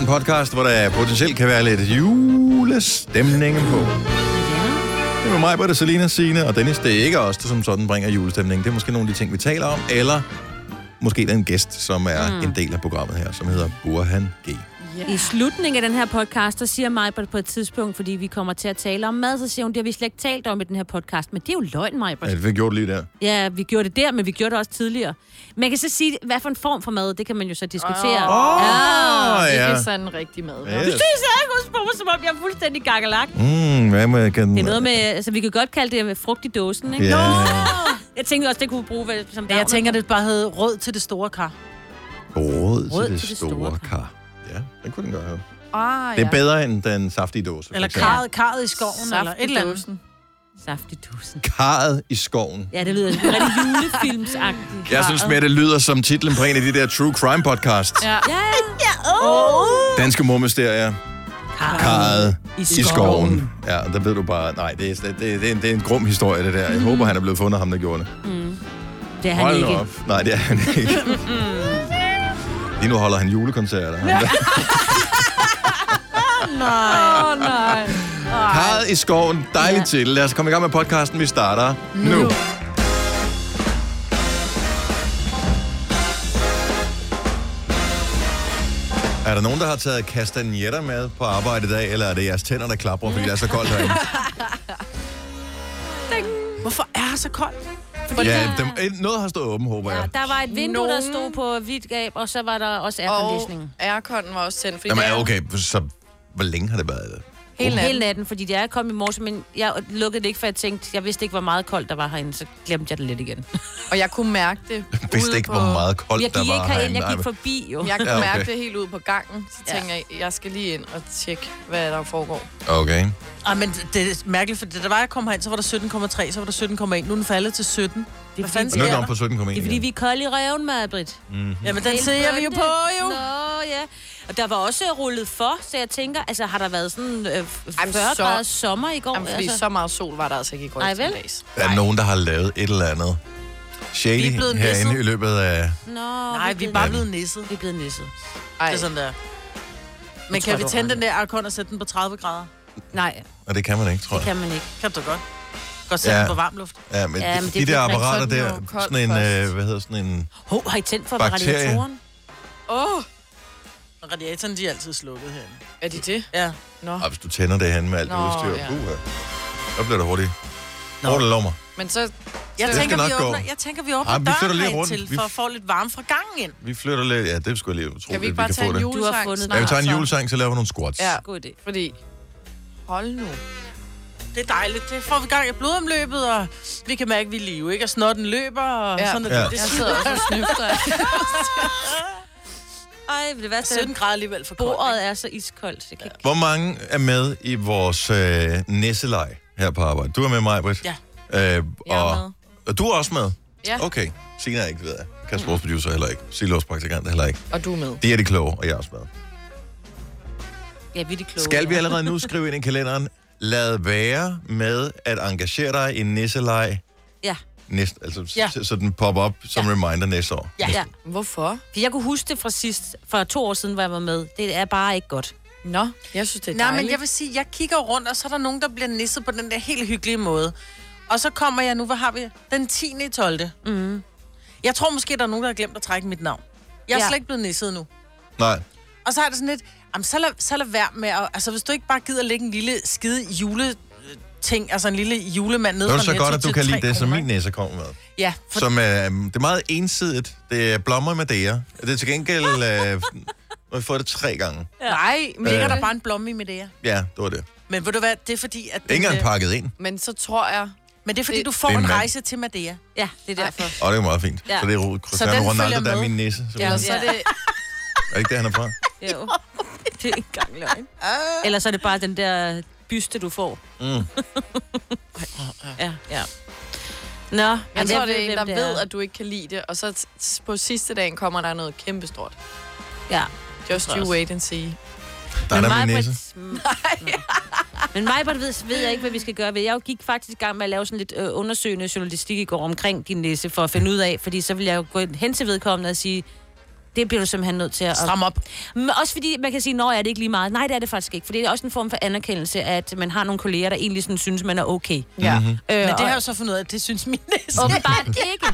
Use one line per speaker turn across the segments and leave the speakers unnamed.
en podcast, hvor der potentielt kan være lidt julestemning på. Det var mig, Britta, Selina, Signe og Dennis. Det er ikke os, der som sådan bringer julestemning. Det er måske nogle af de ting, vi taler om. Eller måske den gæst, som er mm. en del af programmet her, som hedder Burhan G.
I slutningen af den her podcast, så siger Majbert på et tidspunkt, fordi vi kommer til at tale om mad, så siger hun, det har vi slet ikke talt om i den her podcast, men det er jo løgn, Majbert.
Ja, det fik gjort lige der.
Ja, vi gjorde det der, men vi gjorde det også tidligere. Man kan så sige, hvad for en form for mad, det kan man jo så diskutere.
Åh,
ja.
ja.
Det er sådan en rigtig mad.
Ja.
Ja.
Du synes, jeg husker på mig, som om jeg er fuldstændig gakkelagt. Det
Mm, hvad med, kan...
er noget med, altså vi kan godt kalde det med frugt i dåsen, ikke?
Ja.
Jeg tænkte også, det kunne vi bruge vel- som
Ja, jeg tænker, det bare hed rød til det store kar.
Råd til
Råd
det store kar. Ja, det kunne den godt have.
Ah,
Det er bedre end den saftige dåse. for
Eller
eksempel.
karret, karret i skoven, Saft eller et eller andet.
Saft i dåsen.
Karret i skoven.
Ja, det lyder altså rigtig julefilmsagtigt.
Jeg synes mere, det lyder som titlen på en af de der true crime podcasts. Ja.
Ja.
Ja, ja. Oh.
Danske mormysterier. Karret i, i skoven. Ja, der ved du bare, nej, det er, slet- det, det, er en, det er en grum historie, det der. Jeg håber, han er blevet fundet, ham der gjorde det.
Det er han
Hold
ikke.
op. Nej, det er han ikke. Lige nu holder han julekoncerter. Han der.
Åh, oh, nej.
Karret i skoven. Dejlig ja. titel. Lad os komme i gang med podcasten. Vi starter nu. nu. Er der nogen, der har taget kastanjetter med på arbejde i dag, eller er det jeres tænder, der klapper, fordi det er så koldt herinde?
Hvorfor er det så koldt?
Ja, dem, noget har stået åben, håber jeg.
Der var et vindue, der
Nogen-
stod på hvidt gab, og så var der også
Og
airconditioning.
airconen var også tændt. Fordi
Jamen,
det er
ja, okay, så hvor længe har det været?
Hele
Hele
natten.
natten, fordi jeg kom i morges, men jeg lukkede det ikke, for jeg tænkte, jeg vidste ikke, hvor meget koldt der var herinde, så glemte jeg det lidt igen.
Og jeg kunne mærke det.
Jeg vidste
ude
ikke,
på-
hvor meget koldt
Jeg
der
gik ikke
var
herind, jeg
Nej,
gik
men-
forbi jo.
Jeg kunne
Ja, okay.
mærke det helt ude på gangen. Så
Ja.
tænker jeg, jeg skal lige ind og tjekke, hvad der foregår.
Okay.
Ej, Ah, men det er mærkeligt, for da der var, jeg kom herind, så var der 17,3, så var der 17,1. Nu er den faldet til 17. Hvad fanden
Nu er Mm. det
sker
om
der?
på 17,1.
Det er fordi, vi er kolde i røven, med Britt.
Jamen, den ser vi jo på, jo.
Nå, ja. Og der var også rullet for, så jeg tænker, altså har der været sådan øh, 40
så-
grader sommer i går?
Jamen, fordi
altså?
så meget sol var der altså ikke i går
Nej, vel?
eftermiddags.
Der er nogen, der har lavet et eller andet shady
Vi er blevet
herinde
nisset.
i løbet af...
Nå,
Nej, vi er bare blevet nisset.
vi er blevet nisset.
Ej,
Det er sådan der. Men
tror,
kan vi
du har
tænde den der arkon og sætte den på 30 grader?
Nej,
Og det kan man ikke, tror jeg.
kan man ikke.
Kan du godt. Godt sætte
Ja.
den på varm luft.
Ja, men,
Ja,
ja,
men
men
det
de der
bliver ikke
apparater
sådan
der,
noget koldt
sådan en,
først.
øh, hvad hedder sådan en...
Ho, har I tændt for
Bakterie.
radiatoren?
Åh, oh,
Og radiatoren, de er altid slukket herinde.
er det det?
Ja.
Nå.
Ah, hvis du tænder det hen med alt det
Nå,
udstyr, ja.
ja.
uh, der bliver det hurtigt.
Nå.
Hurtigt lommer.
Men så...
Jeg
så-
tænker,
nok
vi
gå.
åbner, jeg tænker, vi åbner
Ej,
Ej,
vi
døren
flytter lige
herinde
rundt.
til,
Vi-
for at få lidt varme fra gangen ind.
Vi flytter lidt. Ja, det skulle jeg lige tro,
Kan vi
at
ikke bare tage en
det.
Du har
julesang
fundet
Ja, vi
snart?
tager en
så?
julesang, så laver vi nogle squats.
Ja.
God idé.
Fordi... Hold nu.
Det er dejligt. Det får vi gang i blodomløbet, og vi kan mærke, at vi er i live, ikke? Og snotten løber, og
Ja.
ja. sådan
Ja.
noget. Ja. Det
Jeg
er
sidder også og snøfter.
Ej, vil det være
17
sådan,
grader alligevel for koldt.
bordet er så iskoldt. Jeg kan ikke...
Hvor mange er med i vores øh, næsselej her på arbejde? Du er med mig, Britt?
Ja.
Øh,
Jeg er
og,
med.
og du er også med?
Ja.
Okay. Signe er ikke, ved jeg. Kasper, vores producer, heller ikke. Signe, vores praktikant, heller ikke.
Og du er med.
Det er de kloge, og jeg er også med.
Ja, vi er de kloge.
Skal vi allerede nu skrive ind i kalenderen, lad være med at engagere dig i nisselej
Ja.
næste, altså, ja.
Ja.
så, så den popper op som ja. reminder næste år.
Ja. ja.
Hvorfor?
For jeg kunne huske det fra sidst, for to år siden, hvor jeg var med. Det er bare ikke godt.
Nå, jeg synes, det er
Nej,
dejligt.
men jeg vil sige, jeg kigger rundt, og så er der nogen, der bliver nisset på den der helt hyggelige måde. Og så kommer jeg nu, hvad har vi? Den 10. i 12. Mm. Jeg tror måske, der er nogen, der har glemt at trække mit navn. Jeg er
Ja.
ja. slet ikke blevet nisset nu.
Nej,
Og så er det sådan lidt, jamen, så, lad, så lad være med, at, altså hvis du ikke bare gider lægge en lille skide jule ting, altså en lille julemand ned
det er
fra
det så
Netto
godt, at du
til
kan lide
tre
det, som
kroner,
min
ikke?
næse kommer med.
Ja, for
Som, øh, det er meget ensidigt. Det er blommer med dære. Det er til gengæld... Øh, må vi få det tre gange.
Nej, men,
ligger
Øh.
der bare en blomme i med det her.
Ja, det var det.
Men ved du hvad, det er fordi, at...
Ikke engang
øh,
pakket ind,
men så tror jeg...
Men det er fordi,
Det-
du får
Det er en
en
mand.
rejse til Madeira.
Ja, det er derfor.
og det er meget fint.
Ja.
Ja. Så det er Ro- Cristiano
den
Ronaldo,
følger
der er
med.
min næse. Ja.
Ja, så er det...
Er det ikke det, han er fra?
Jo. Det er ikke engang løgn. Eller så er det bare den der byste, du får. Mm. ja, ja. Nå, jeg,
Jeg tror, det er en, der ved, at du ikke kan lide det, og så t- s- på sidste dagen kommer der noget kæmpestort.
Ja.
Just
tror jeg
you
også.
wait and see.
Der er der min næse.
Nej. Men mig ved, ved jeg ikke, hvad vi skal gøre ved. Jeg gik faktisk i gang med at lave sådan lidt øh, undersøgende journalistik i går omkring din næse, for at finde ud af, fordi så ville jeg jo gå hen til vedkommende og sige, Det bliver du simpelthen nødt til at...
Stram op.
Men også fordi man kan sige, nå, er det ikke lige meget? Nej, det er det faktisk ikke, for det er også en form for anerkendelse, at man har nogle kolleger, der egentlig sådan synes, man er okay.
Ja.
Mhm.
Øh,
Men det har jeg
og-
jo så fundet ud af, at det synes min næse.
Åbenbart ikke.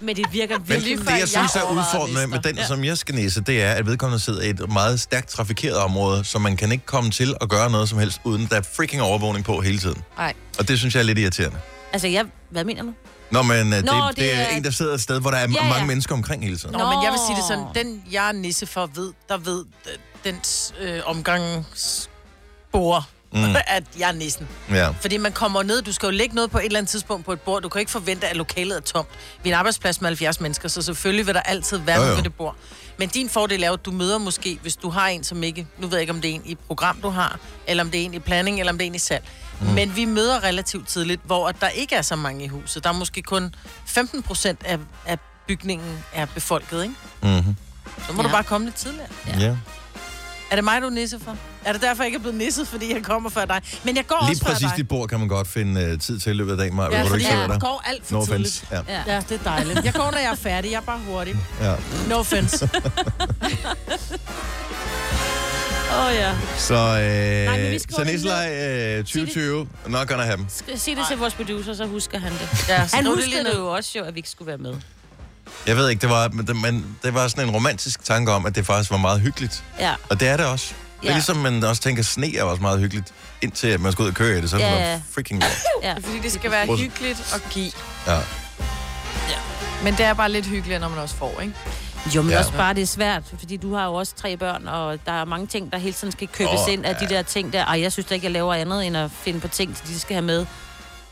Men det virker
Men
virkelig...
lige
det,
før,
jeg
jeg
synes er
overvejede
udfordrende med den, som jeg skal næse, det er, at vedkommende sidder i et meget stærkt trafikeret område, så man kan ikke komme til at gøre noget som helst, uden der er freaking overvågning på hele tiden.
Nej.
Og det synes jeg er lidt irriterende.
Altså, jeg... Hvad mener du?
Nå, men Nå, det,
Nå,
det, det er en, der sidder et sted, hvor der er ja,
ja.
mange mennesker omkring hele tiden.
Nå, men jeg vil sige det sådan, den jeg er nisse for ved, der ved øh, dens øh, omgangsbord,
Mm.
mm. at jeg er nissen.
Ja.
Fordi man kommer ned, du skal jo lægge noget på et eller andet tidspunkt på et bord. Du kan ikke forvente, at lokalet er tomt. Vi er en arbejdsplads med 70 mennesker, så selvfølgelig vil der altid være
Jo,
nogen
jo.
ved det bord. Men din fordel er jo, at du møder måske, hvis du har en, som ikke... Nu ved jeg ikke, om det er en i program, du har, eller om det er en i planning, eller om det er en i salg. Mm. Men vi møder relativt tidligt, hvor der ikke er så mange i huset. Der er måske kun 15 procent af, af bygningen er befolket, ikke?
Mm-hmm.
Så
Ja.
må ja. du bare komme lidt tidligere.
Ja. ja.
Er det mig, du er nisse for? Er det derfor, jeg ikke er blevet nisset, fordi jeg kommer før dig? Men jeg går
Lige
også før
præcis
dig.
dit bord kan man godt finde uh, tid til i løbet af dagen, Maja, ja, hvor du ikke sidder
jeg
der.
går alt for
No
tidligt.
offense. Ja.
Ja.
Ja, det er dejligt. Jeg går, når jeg er færdig. Jeg er bare hurtig.
Ja.
No offense.
Åh, oh, ja.
Så, øh,
Nej, men vi
så
skriver det
Nislej øh, 2020, not gonna happen.
Sig det til vores producer, så husker han det.
Ja, så
Han
skriv det
huskede
lige
det
ned.
jo også jo, at vi ikke skulle være med.
Jeg ved ikke, det var, men det, men det var sådan en romantisk tanke om, at det faktisk var meget hyggeligt.
Ja.
Og det er det også. Det er
Ja.
ligesom, man også tænker, sne er også meget hyggeligt, indtil man skal ud og køre i det, så er det
Ja,
bare
ja.
freaking lort.
ja.
Fordi det skal være
Prøv-
hyggeligt at give.
Ja.
Men det er bare lidt hyggeligere, når man også får, ikke?
Jo, men
Ja.
ja. også bare, det er svært, fordi du har jo også tre børn, og der er mange ting, der hele tiden skal købes
Åh,
oh, ind af ja. de der ting der. Ej, jeg synes da ikke, jeg laver andet, end at finde på ting, de skal have med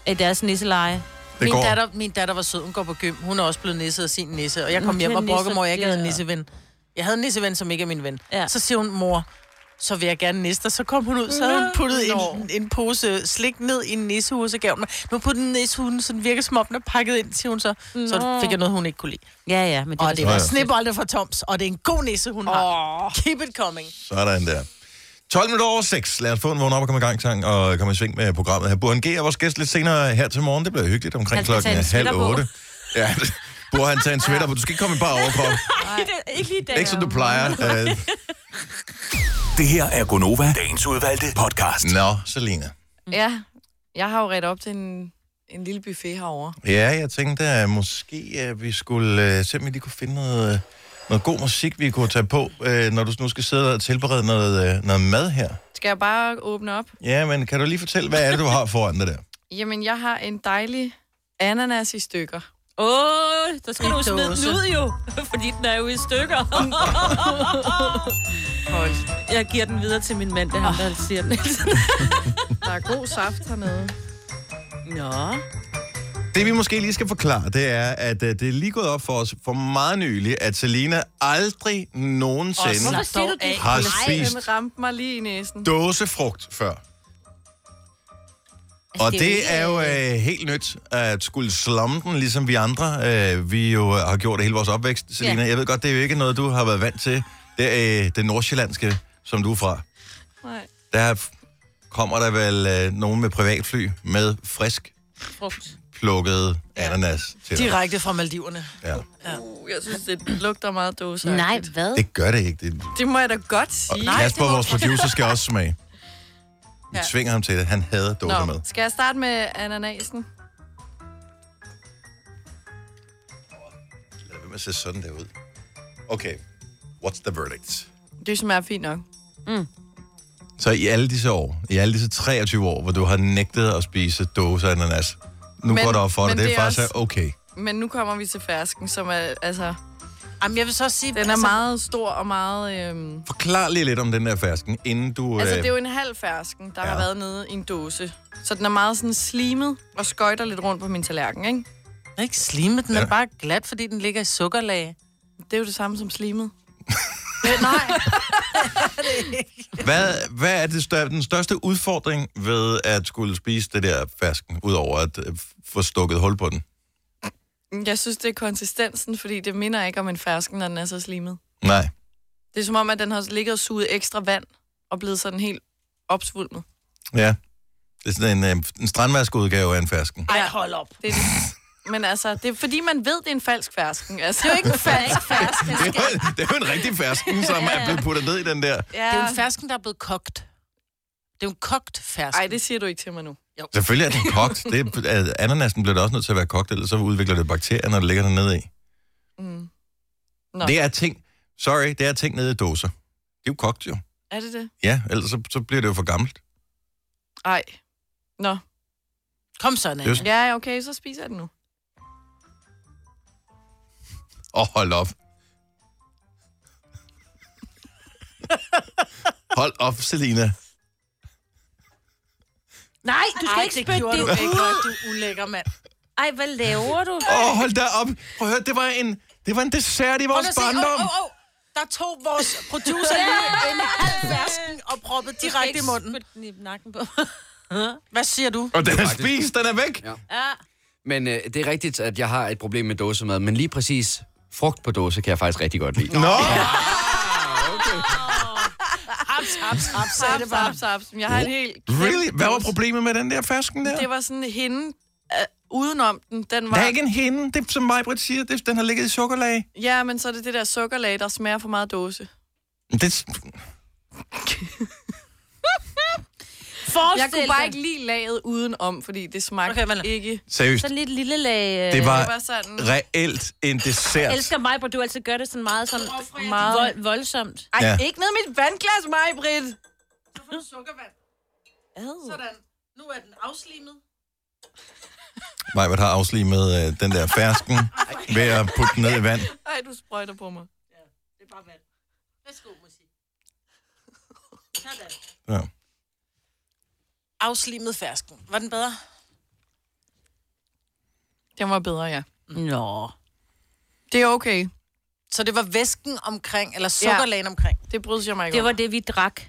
i deres nisseleje.
Det
Min
går.
datter, min datter var sød. Hun går på gym. Hun er også blevet nisset af sin nisse. Og jeg
Mm,
kom hjem
det er
og brokkede
nisser,
mig, at jeg ikke havde en
ja.
nisseven. Jeg havde en nisseven, som ikke er min ven.
Ja.
Så siger hun, mor, så vil jeg gerne niste. dig." Så kom hun ud, så havde hun puttet en, en pose slik ned i en nissehue, så gav hun mig. Nu puttede den nissehunden, så den virker som om, den er pakket ind, siger hun så. Så
Nå.
fik jeg noget, hun ikke kunne lide.
Ja, ja, men det,
Og det
Nå
var
ja.
snebolde fra Toms, og det er en god nisse, hun har. Keep it coming.
Sådan der. 12 minutter over 6. Lad os få en vågen op og komme i gang sang og komme i sving med programmet her. Burhan G er vores gæst lidt senere her til morgen. Det bliver hyggeligt omkring
Han skal
klokken
tage
halv
en sweater på.
otte. Ja, Burhan han tage en sweater på. Du skal ikke komme i bare overkrop.
ikke lige
Ikke som du plejer. Øh,
Det her er Gonova, dagens udvalgte podcast.
Nå, Selina.
Ja. Jeg har jo ret op til en, en lille buffet herovre.
Ja, jeg tænkte, at måske at vi skulle øh, se, om vi lige kunne finde noget, øh, noget god musik, vi kunne tage på, øh, når du nu skal sidde og tilberede noget, øh, noget mad her.
Skal jeg bare åbne op?
Ja, men kan du lige fortælle, hvad er det, du har foran dig der?
Jamen, jeg har en dejlig ananas i stykker.
Åh, oh, der skal du jo smide den
dåse.
ud jo, fordi den er jo i stykker.
Hold,
Jeg giver den videre til min mand, det er ham, der siger den.
der er god saft hernede.
Nå.
Det vi måske lige skal forklare, det er, at øh, det er lige gået op for os for meget nylig, at Selina aldrig nogensinde
Hvorfor siger du det?
af.
har spist
Den ramte mig lige i næsen.
dåsefrugt før. Og
Altså,
det er jo øh, helt nyt at skulle slumme den, ligesom vi andre. Øh, vi jo øh, har gjort det hele vores opvækst, Selina. Jeg ved godt, det er jo ikke noget, du har været vant til. Det er øh, det nordsjællandske, som du er fra.
Nej.
Der f- kommer der vel øh, nogen med privatfly med frisk
frugt.
plukket ananas til dig.
Direkte fra Maldiverne.
Ja.
Uh, jeg synes, det lugter meget dåse.
Nej, hvad?
Det gør det øh, ikke. Det,
Det må jeg da godt
og
sige.
Kasper, vores producer, skal også smage. Vi
Ja.
tvinger ham til det. Han hader dåser med.
Nå, skal jeg starte med ananasen?
Lad være med at se sådan der ud. Okay, what's the verdict?
Det smager fint nok.
Så i alle disse år, i alle disse 23 år, hvor du har nægtet at spise dåser ananas, nu
Men-
går det op for dig,
men
det er
det er
faktisk
også-
okay.
Men nu kommer vi til fersken, som er, altså,
Jamen, jeg vil så også sige... altså,
den er meget stor og meget... Øhm,
Forklar lige lidt om den der fersken, inden du...
altså,
øh,
det er jo en halv fersken, der ja.
ja.
har været nede i en dåse. Så den er meget sådan slimet og skøjter lidt rundt på min tallerken, ikke?
Den er ikke slimet, den
Ja.
er bare glat, fordi den ligger i sukkerlag.
Det er jo det samme som slimet. Øh, Nej,
Hvad, hvad er det stør- den største udfordring ved at skulle spise det der fersken, udover at øh, få stukket hul på den?
jeg synes, det er konsistensen, fordi det minder ikke om en fersken, når den er så slimet.
Nej.
Det er som om, at den har ligget og suget ekstra vand og blevet sådan helt opsvulmet.
Ja. Det er sådan en, øh, en strandvaskudgave af en fersken.
Ej, hold op.
Det er det. men altså, det er fordi, man ved, det er en falsk fersken. Altså, det er jo ikke en falsk fersken.
Det er, jo en, det er jo en rigtig fersken, som er blevet puttet ned i den der.
Ja.
Det er jo en fersken, der er blevet kogt. Det er jo en kogt fersken.
Ej, det siger du ikke til mig nu.
Selvfølgelig er den kogt. Det er, ananasen bliver da også nødt til at være kogt, ellers så udvikler det bakterier, når det ligger dernede i.
Mm.
Nå.
Nå.
Det er ting, sorry, det er ting nede i dåser. Det er jo kogt jo.
Er det det?
Ja, ellers så, så bliver det jo for gammelt.
Ej. Nå.
Kom så, Anna.
Det er jo sådan-
Ja, ja, okay, så spiser jeg den nu.
Åh, oh, hold op. Hold op, Selina.
Nej, du skal
Ej,
Ej, ikke
det
spytte
gjorde
det
du ikke,
ud.
og du er ulækker, mand.
Ej, hvad laver du?
Åh, oh, hold da op. Prøv at høre, det var en, det var en dessert i vores
Prøv nu at se.
barndom.
Åh, åh, åh. Der tog vores producer lige en halv fersken og proppede direkte i munden.
Spyt den i nakken på.
Hvad siger du?
Og den er
faktisk-
spist, den er væk.
Ja.
ja.
Men øh, det er rigtigt, at jeg har et problem med dåsemad, men lige præcis frugt på dåse kan jeg faktisk rigtig godt lide.
Nå,
Haps, haps, haps, sagde det
Saps,
bare.
saps, saps. Jeg har en helt...
really?
kæmpe
Hvad var
dåse.
problemet med den der fersken der?
Det var sådan hende øh, udenom den. Den var...
Der er ikke en hende. Det er, som Majbrit siger, det, den har ligget i sukkerlag.
Ja, men så er det det der sukkerlag, der smager for meget dåse.
Men Det,
Forestil
Jeg kunne bare
dig.
ikke lide laget udenom, fordi det smagte
Okay, vel.
okay, ikke.
seriøst,
Sådan lidt lille lag... øh,
det
Det var
var
sådan...
reelt en dessert.
Jeg elsker mig, hvor du altid gør det sådan meget, sådan meget
meget-
vold, voldsomt.
Ej,
Ja.
ja. ikke ned i mit vandglas, mig, Britt.
Sukkervand.
Ad.
Sådan. Nu er den afslimet.
Majbrit har afslimet øh, den der fersken ved at putte den ned i vand.
Ej, du sprøjter på mig.
Det er bare vand. Værsgo, musik.
Ja.
Sådan. Afslimet fersken. Var den bedre?
Den var bedre, ja.
Nå.
Det er okay.
Så det var væsken omkring, eller sukkerlagen omkring.
Det bryder jeg mig ikke
Det
om.
var det, vi drak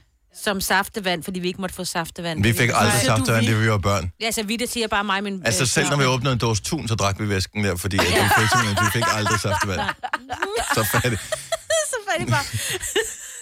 som saftevand, fordi vi ikke måtte få saftevand. Altså,
Vi fik aldrig
Så du
samtalen,
vi-
da vi var børn.
Ja, altså, vi, det siger bare mig, min...
Altså
øh,
selv når vi åbnede en dåse tun, så drak vi væsken der, fordi at vi, fik, simpelthen- vi fik aldrig saftevand. Så fattigt.
Så fandt jeg bare...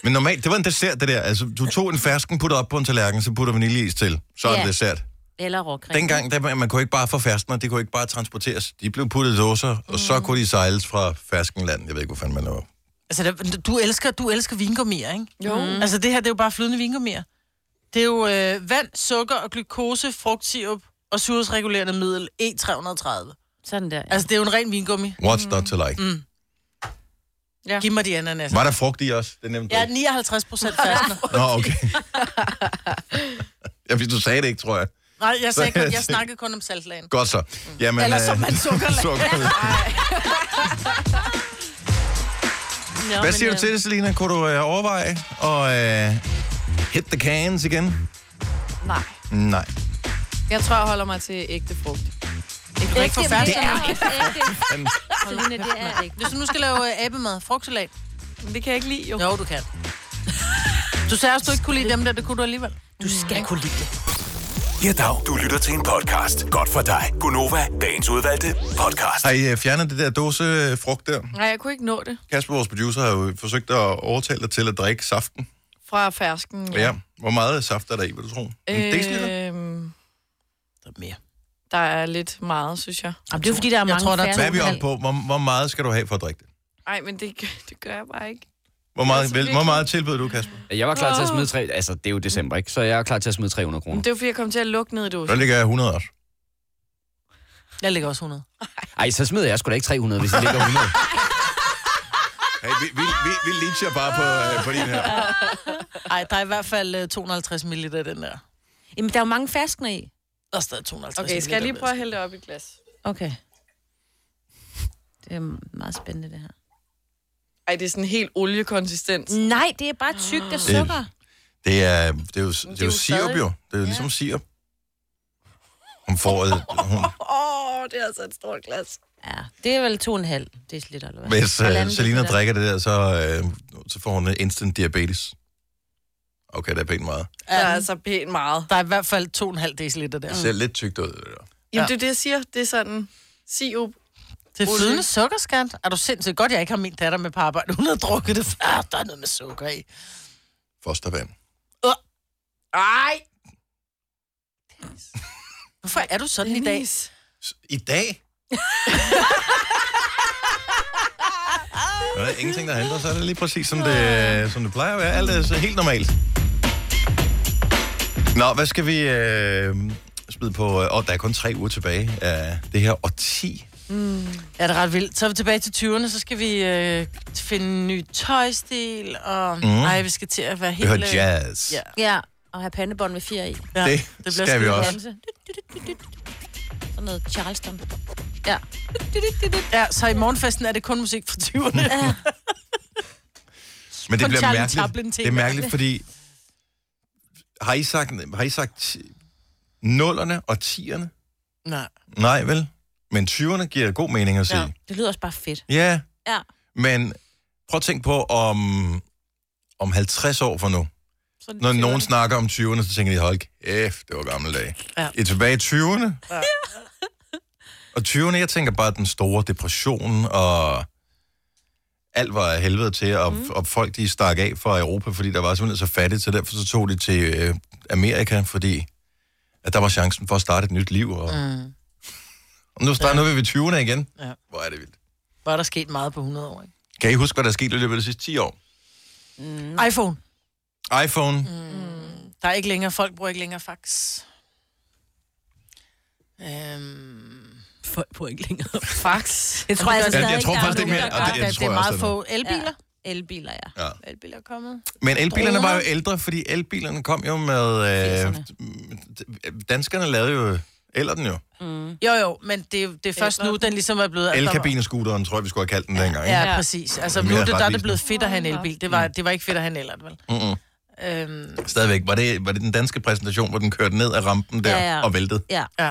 Men normalt, det var en dessert, det der. Altså, du tog en fersken, puttede op på en tallerken, så putter vaniljeis til. Så er det
Ja.
dessert.
Eller råkring.
Dengang, der, man kunne ikke bare få ferskener, de kunne ikke bare transporteres. De blev puttet i dåser, og så kunne de sejles fra ferskenland. Jeg ved ikke, hvor fanden man var.
Altså, der, du elsker, du elsker vingummier, ikke? Jo. Mm. Altså, det her, det er jo bare flydende vingummier. Det er jo øh, vand, sukker og glukose, frugtsirup og surhedsregulerende middel E E330.
Sådan der. Ja.
Altså, det er jo en ren vingummi.
What's not to like? Mm.
Giv mig de ananas.
Var der frugt i os? Det nævnte
Jeg er
du.
59 procent fastner.
Nå, okay. ja, hvis du sagde det ikke, tror jeg.
Nej, jeg, sagde kun, jeg snakkede kun om saltlagen.
Godt så. Jamen,
Eller som
øh,
man sukkerlag.
sukkerlag.
Nå,
Hvad
men,
siger du
øh,
til det, Selina? Kunne du øh, overveje og øh, hit the cans igen?
Nej.
Nej.
Jeg tror, jeg holder mig til ægte frugt.
Du kan ikke få færdig.
Det er ikke ægte. Selina, det er ikke.
Hvis du nu skal lave øh, abemad, frugtsalat.
Men det kan jeg ikke lide, jo.
Jo, du kan. Du sagde også, du ikke kunne lide dem der, det kunne du alligevel. Mm.
Du skal kunne lide det.
Ja, dag. Du lytter til en podcast. Godt for dig. Gonova, dagens udvalgte podcast.
Har I øh, fjernet det der dåse øh, frugt der?
Nej, jeg kunne ikke nå det
Kasper, vores producer, har jo forsøgt at overtale dig til at drikke saften.
fra fersken.
Ja. Hvor meget saft er der i, vil du tro? En øh... deciliter?
Øhm,
Der er mere.
der er lidt meget, synes jeg.
Jamen, det er fordi, der er
Jeg
mange
tror, der er
færre.
Hvad er vi oppe på? Hvor, hvor meget skal du have for at drikke det?
Nej, men det, gør- det gør jeg bare ikke.
Hvor
Altså,
meget, vel, hvor
virkelig.
meget tilbyder du, Kasper?
Jeg var klar til at smide tre, altså det er jo december, ikke? Så jeg er klar til at smide 300 kroner.
Men det er jo, fordi jeg kom til at lukke ned i
Der
dåsen.
ligger jeg 100 også.
Jeg ligger også 100.
Ej, så smider jeg sgu da ikke 300, hvis det ligger 100.
Hey, vi, vi, vi, vi leacher bare på, øh, på din her.
Ej, der er i hvert fald øh, 250 ml af den der.
Jamen, der er jo mange ferskner i.
Der er stadig 250
Altså,
Okay, skal jeg lige prøve at hælde det op i et glas?
Okay. Det er meget spændende, det her.
Ej, det er sådan helt oliekonsistens.
Mm,
Nej, det er bare tykt
Ah.
af sukker.
Det er, det er jo, det er jo sirup, jo. Det er jo ligesom sirup. Hun får et, hun,
Åh, det er altså et stort glas.
Ja, det er vel to og en halv deciliter, eller hvad?
Hvis uh,
Halvanden
Selina
deciliter.
drikker det der, så, uh, så får hun instant diabetes. Okay, det er pænt meget.
Der er altså pænt meget.
Der er i hvert fald 2,5 dl der.
Det ser lidt tykt ud. Det der.
Jamen, det er det, jeg siger. Det er sådan sirup.
Det er flydende sukkerskat. Er du sindssygt godt, jeg ikke har min datter med på arbejde? Hun har drukket det før. Der er noget med sukker i.
Fostervand.
Ej,
Hvorfor er du sådan i dag?
S- I dag? Der er ingenting, der handler, så er det lige præcis, som det, som det plejer at være. Alt er så helt normalt. Nå, hvad skal vi øh, spide på? øh, Åh, der er kun tre uger tilbage af det her årti.
Ja, det er ret vildt. Så er vi tilbage til 20'erne, så skal vi øh, finde en ny tøjstil, og
Mm.
mm. ej, vi skal til at være
Vi
helt...
hører
øh,
jazz.
Ja,
Ja, og have pandebånd med fjer i.
ja.
Det
bliver
skal
skide
vi også.
godt.
Danse. Dyt, dyt, dyt, dyt, dyt. Sådan noget Charleston. Ja.
Ja, så i morgenfesten er det kun musik fra 20'erne.
Men det
På
bliver
Charlie
mærkeligt.
Chaplin-tema.
Det er mærkeligt, fordi... Har I sagt, har I sagt nullerne og tierne?
Nej.
Nej, vel? Men 20'erne giver god mening at sige.
Ja.
Det lyder også bare fedt.
Ja. ja.
Ja.
Men prøv at tænke på om, om 50 år fra nu.
Så er det
Når nogen
20'erne.
snakker om 20'erne, så tænker de, hold kæft, det var gamle dage. Ja.
Ja.
I er tilbage i 20'erne. Ja.
Ja.
Og 20'erne, jeg tænker bare den store depression, og alt var af helvede til, og,
Mhm.
mm. og folk de stak af fra Europa, fordi der var simpelthen så fattigt, så derfor så tog de til øh, Amerika, fordi at der var chancen for at starte et nyt liv. Og, mm. og nu starter ja. vi ved 20'erne igen.
Ja.
Hvor er det vildt.
Hvor er der sket meget på 100 år, ikke?
Kan I huske, hvad der er sket i løbet af de sidste 10 år?
Mm.
iPhone.
iPhone, mm.
Der er ikke længere, folk bruger ikke længere fax. Øhm,
Folk på ikke længere.
Fax.
Det tror jeg, altså
Ja, jeg
stadig,
tror
der
faktisk,
nogen,
det er mere-
der
og
gør
det-
det,
tror
det
jeg
er
også,
meget
det
få elbiler.
Ja. Elbiler, ja.
ja.
Elbiler er kommet.
Men elbilerne
Droner.
var jo ældre, fordi elbilerne kom jo med... Øh, d- danskerne lavede jo eller den jo.
Jo, jo, men det, er- det er først nu, den ligesom er blevet... at der var-
Elkabinescooteren, tror jeg, vi skulle have kaldt den dengang. ikke?
Ja, præcis. Altså,
Det er
nu
mere
er det, der er det
retvisende.
blevet fedt at have en elbil. Det var, det var ikke fedt at have en ellert, vel?
Mm-mm.
Øhm,
Stadigvæk. Var det, var det den danske præsentation, hvor den kørte ned af rampen der
Ja, ja.
og væltede?
Ja.
Ja.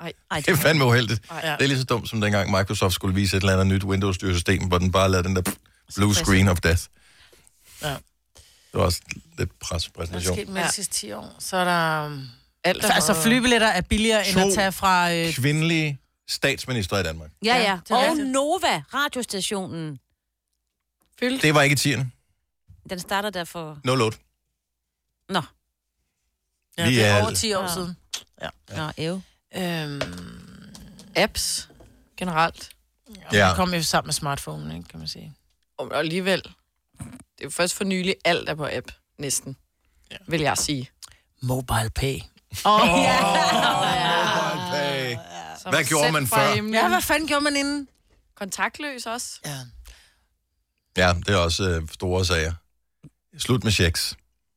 Ej, ej,
Det er fandme uheldigt.
Ja.
Det er lige så dumt, som dengang Microsoft skulle vise et eller andet nyt Windows-styresystem, hvor den bare lavede den der blue screen of death.
Ja.
Det var også lidt
hvad er
prespræsentation.
sket med de sidste 10 år? Så er der... øhm,
Alt er
Altså, flybilletter er billigere, end
To
at tage fra... Øh,
Kvindelige statsminister i Danmark.
Ja,
Ja,
ja.
det er
Og
rigtigt.
Nova, radiostationen,
fyldt.
Det var ikke i tierne.
den starter der for...
08.
Nå,
ja,
Vi
det
er-
er over 10 år
Ja.
siden.
nå, ev.
Øhm,
Apps generelt.
og
Ja.
ja. kom jo sammen med smartphonen, ikke, kan man sige.
Og alligevel, det er jo først for nylig, alt er på app, næsten, ja. vil jeg sige.
Mobile pay.
Okay.
Som
Hvad gjorde
sendt
man
fra
før?
himlen.
Ja, hvad fanden gjorde man inden?
Kontaktløs også.
Ja.
Ja, det er også øh, store sager. Slut med checks.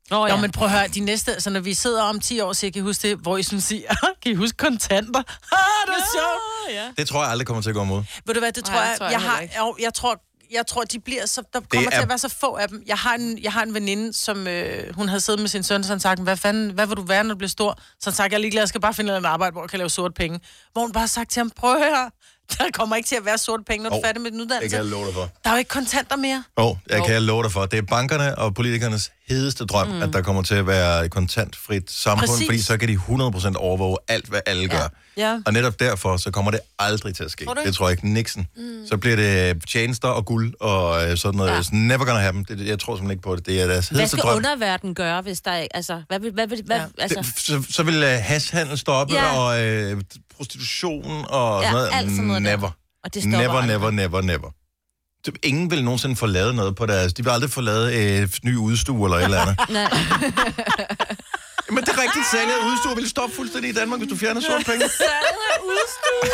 Nå,
Nå, men prøv at høre, de næste, altså når vi sidder om 10 år, så jeg kan I huske det, hvor I sådan siger, kan I huske kontanter? Ah, det er sjovt!
Det tror jeg aldrig kommer til at gå imod.
Ved du hvad, det
Nej,
tror jeg,
det tror jeg
jeg,
heller
har,
ikke.
jo, jeg tror, jeg tror, de bliver så, der kommer
er-
til at være så få af dem. Jeg har en, jeg har en veninde, som øh, hun havde siddet med sin søn, så han sagde, hvad fanden, hvad vil du være, når du bliver stor? Så han sagde, jeg er ligeglad, jeg skal bare finde et arbejde, hvor jeg kan lave sort penge. Hvor hun bare har sagt til ham, prøv at høre, der kommer ikke til at være sort penge, når du
Hov,
er færdig med din
Det
uddannelse.
kan jeg love dig for.
Der er jo ikke kontanter mere.
Åh, oh, jeg kan jeg love dig for. Det er bankerne og politikernes hedeste drøm, mm. at der kommer til at være et kontantfrit samfund, Præcis.
Præcis.
fordi så kan de 100% overvåge alt, hvad alle gør.
Ja.
Og netop derfor, så kommer det aldrig til at ske.
Tror du
Det
ikke?
tror jeg ikke. Nixon. Mm. Så bliver det tjenester og guld og øh, sådan noget. Ja. Never gonna happen. Det, jeg tror simpelthen ikke på det. Det er deres
Hvad
hedeste
skal
drøm.
underverden gøre, hvis der ikke... Altså, hvad vil... Hvad, vil, hvad,
Ja.
altså,
Det- Så, så vil øh, hashhandel stoppe,
Ja.
ja. og øh, prostitution og
Ja,
sådan noget.
alt sådan noget der.
never.
og det stopper
Never,
aldrig.
never, never, never. Det- Ingen vil nogensinde få lavet noget på deres... De vil aldrig få lavet øh, ny udstue eller et eller andet.
Nej.
Men det er rigtigt, salget af udstue vil stoppe fuldstændig i Danmark, hvis du fjerner sort penge.
Salget af udstue.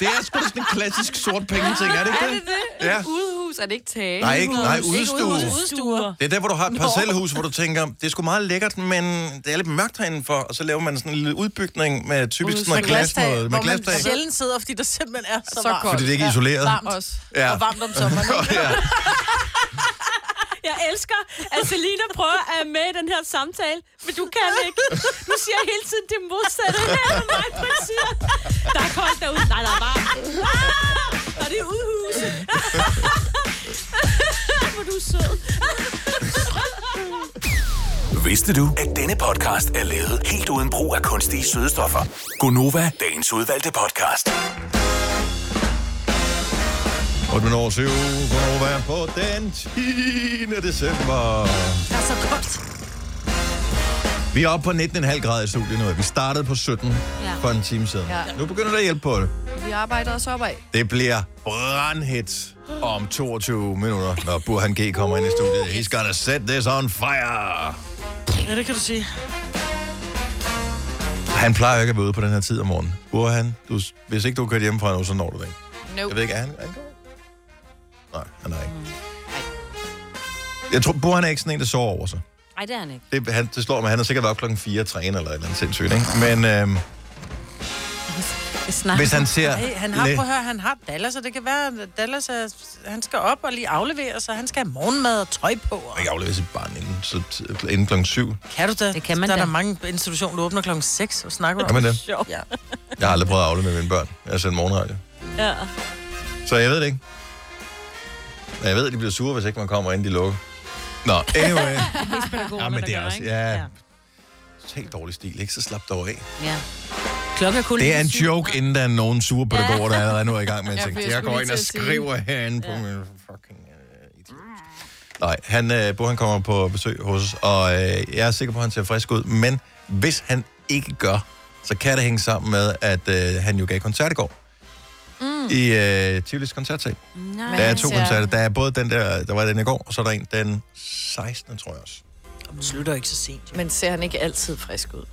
Det er sgu da sådan en klassisk sort penge ting, er det ikke det? Ja.
Udhus er det ikke tage.
Nej, ikke, nej, udstue.
Udstuer.
Det er der, hvor du har et parcelhus, hvor du tænker, det er sgu meget lækkert, men det er lidt mørkt herinde for, og så laver man sådan en lille udbygning med typisk sådan noget glas, noget, med
hvor man
glastag.
sjældent sidder, fordi der simpelthen er så,
Så
varmt.
koldt.
Fordi det ikke er isoleret.
Varmt
Også.
Ja.
og varmt om sommeren.
ja.
Jeg elsker, at Selina prøver at være med i den her samtale, men du kan ikke. Du siger hele tiden det modsatte. Her er mig, Britt, siger. Der er koldt derude. Nej, der er varmt. Ah! Og det er udhuset. Hvor du er sød.
Vidste du, at denne podcast er lavet helt uden brug af kunstige sødestoffer? Gonova, dagens udvalgte podcast.
8 minutter over 7, Gonova på den 10. december.
Det er så koldt.
Vi er oppe på 19,5 grader i studiet nu. Vi startede på 17
Ja.
for en time siden.
Ja.
Nu begynder der at hjælpe på det.
Vi arbejder os opad.
Det bliver brandhit om 22 minutter, når Burhan G kommer ind i studiet. He's gonna set this on fire.
Ja, det kan du sige.
Han plejer jo ikke at være ude på den her tid om morgenen. Burhan, du, hvis ikke du er kørt hjemmefra nu, så når du det ikke.
Nope.
Jeg ved ikke, er han, er han god? Nej, han er
Mm,
ikke. Jeg tror, Burhan er ikke sådan en, der sover over sig.
Nej, det er han ikke.
Det, han, det slår mig, han har sikkert været op klokken 4 og træne eller et eller andet sindssygt, ikke? Men øhm,
Jeg snakker.
hvis han ser...
Hey, han har,
lidt-
prøv at høre, han har Dallas, og det kan være, at Dallas er, han skal op og lige aflevere sig, han skal have morgenmad og tøj på. Og,
Man kan aflevere sit barn inden, så t- inden klokken 7.
kan du da?
Det kan man
der er
da.
der mange institutioner, der åbner klokken 6 og snakker om.
Kan man det?
Sjov.
Ja.
Jeg har aldrig prøvet at aflevere mine børn. Jeg har sendt morgenradio.
Ja.
Så jeg ved det ikke. Men jeg ved, at de bliver sure, hvis ikke man kommer, inden de lukker. Nå, anyway. ja, men det er også... Ja, totalt dårlig stil, ikke? Så slap dog af.
ja. Klokken er kun
Det er en
lige syv.
joke, inden der er nogen sure pædagoger, der allerede nu er i gang med at
Ja,
tænke,
for jeg
jeg
skulle
går ind
lige til
og
at sige.
skriver herinde på min fucking... øh, idiot." Nej, han, øh, Bo, han kommer på besøg hos os, og øh, jeg er sikker på, at han ser frisk ud, men hvis han ikke gør, så kan det hænge sammen med, at øh, han jo gav koncert i går. Mm. I øh, Tivolis koncertsal.
Nej.
Der er to
ja.
koncerter. Der er både den der, der var den i går, og så er der en den 16. tror jeg også.
Man slutter ikke så sent. jo.
Men ser han ikke altid frisk ud?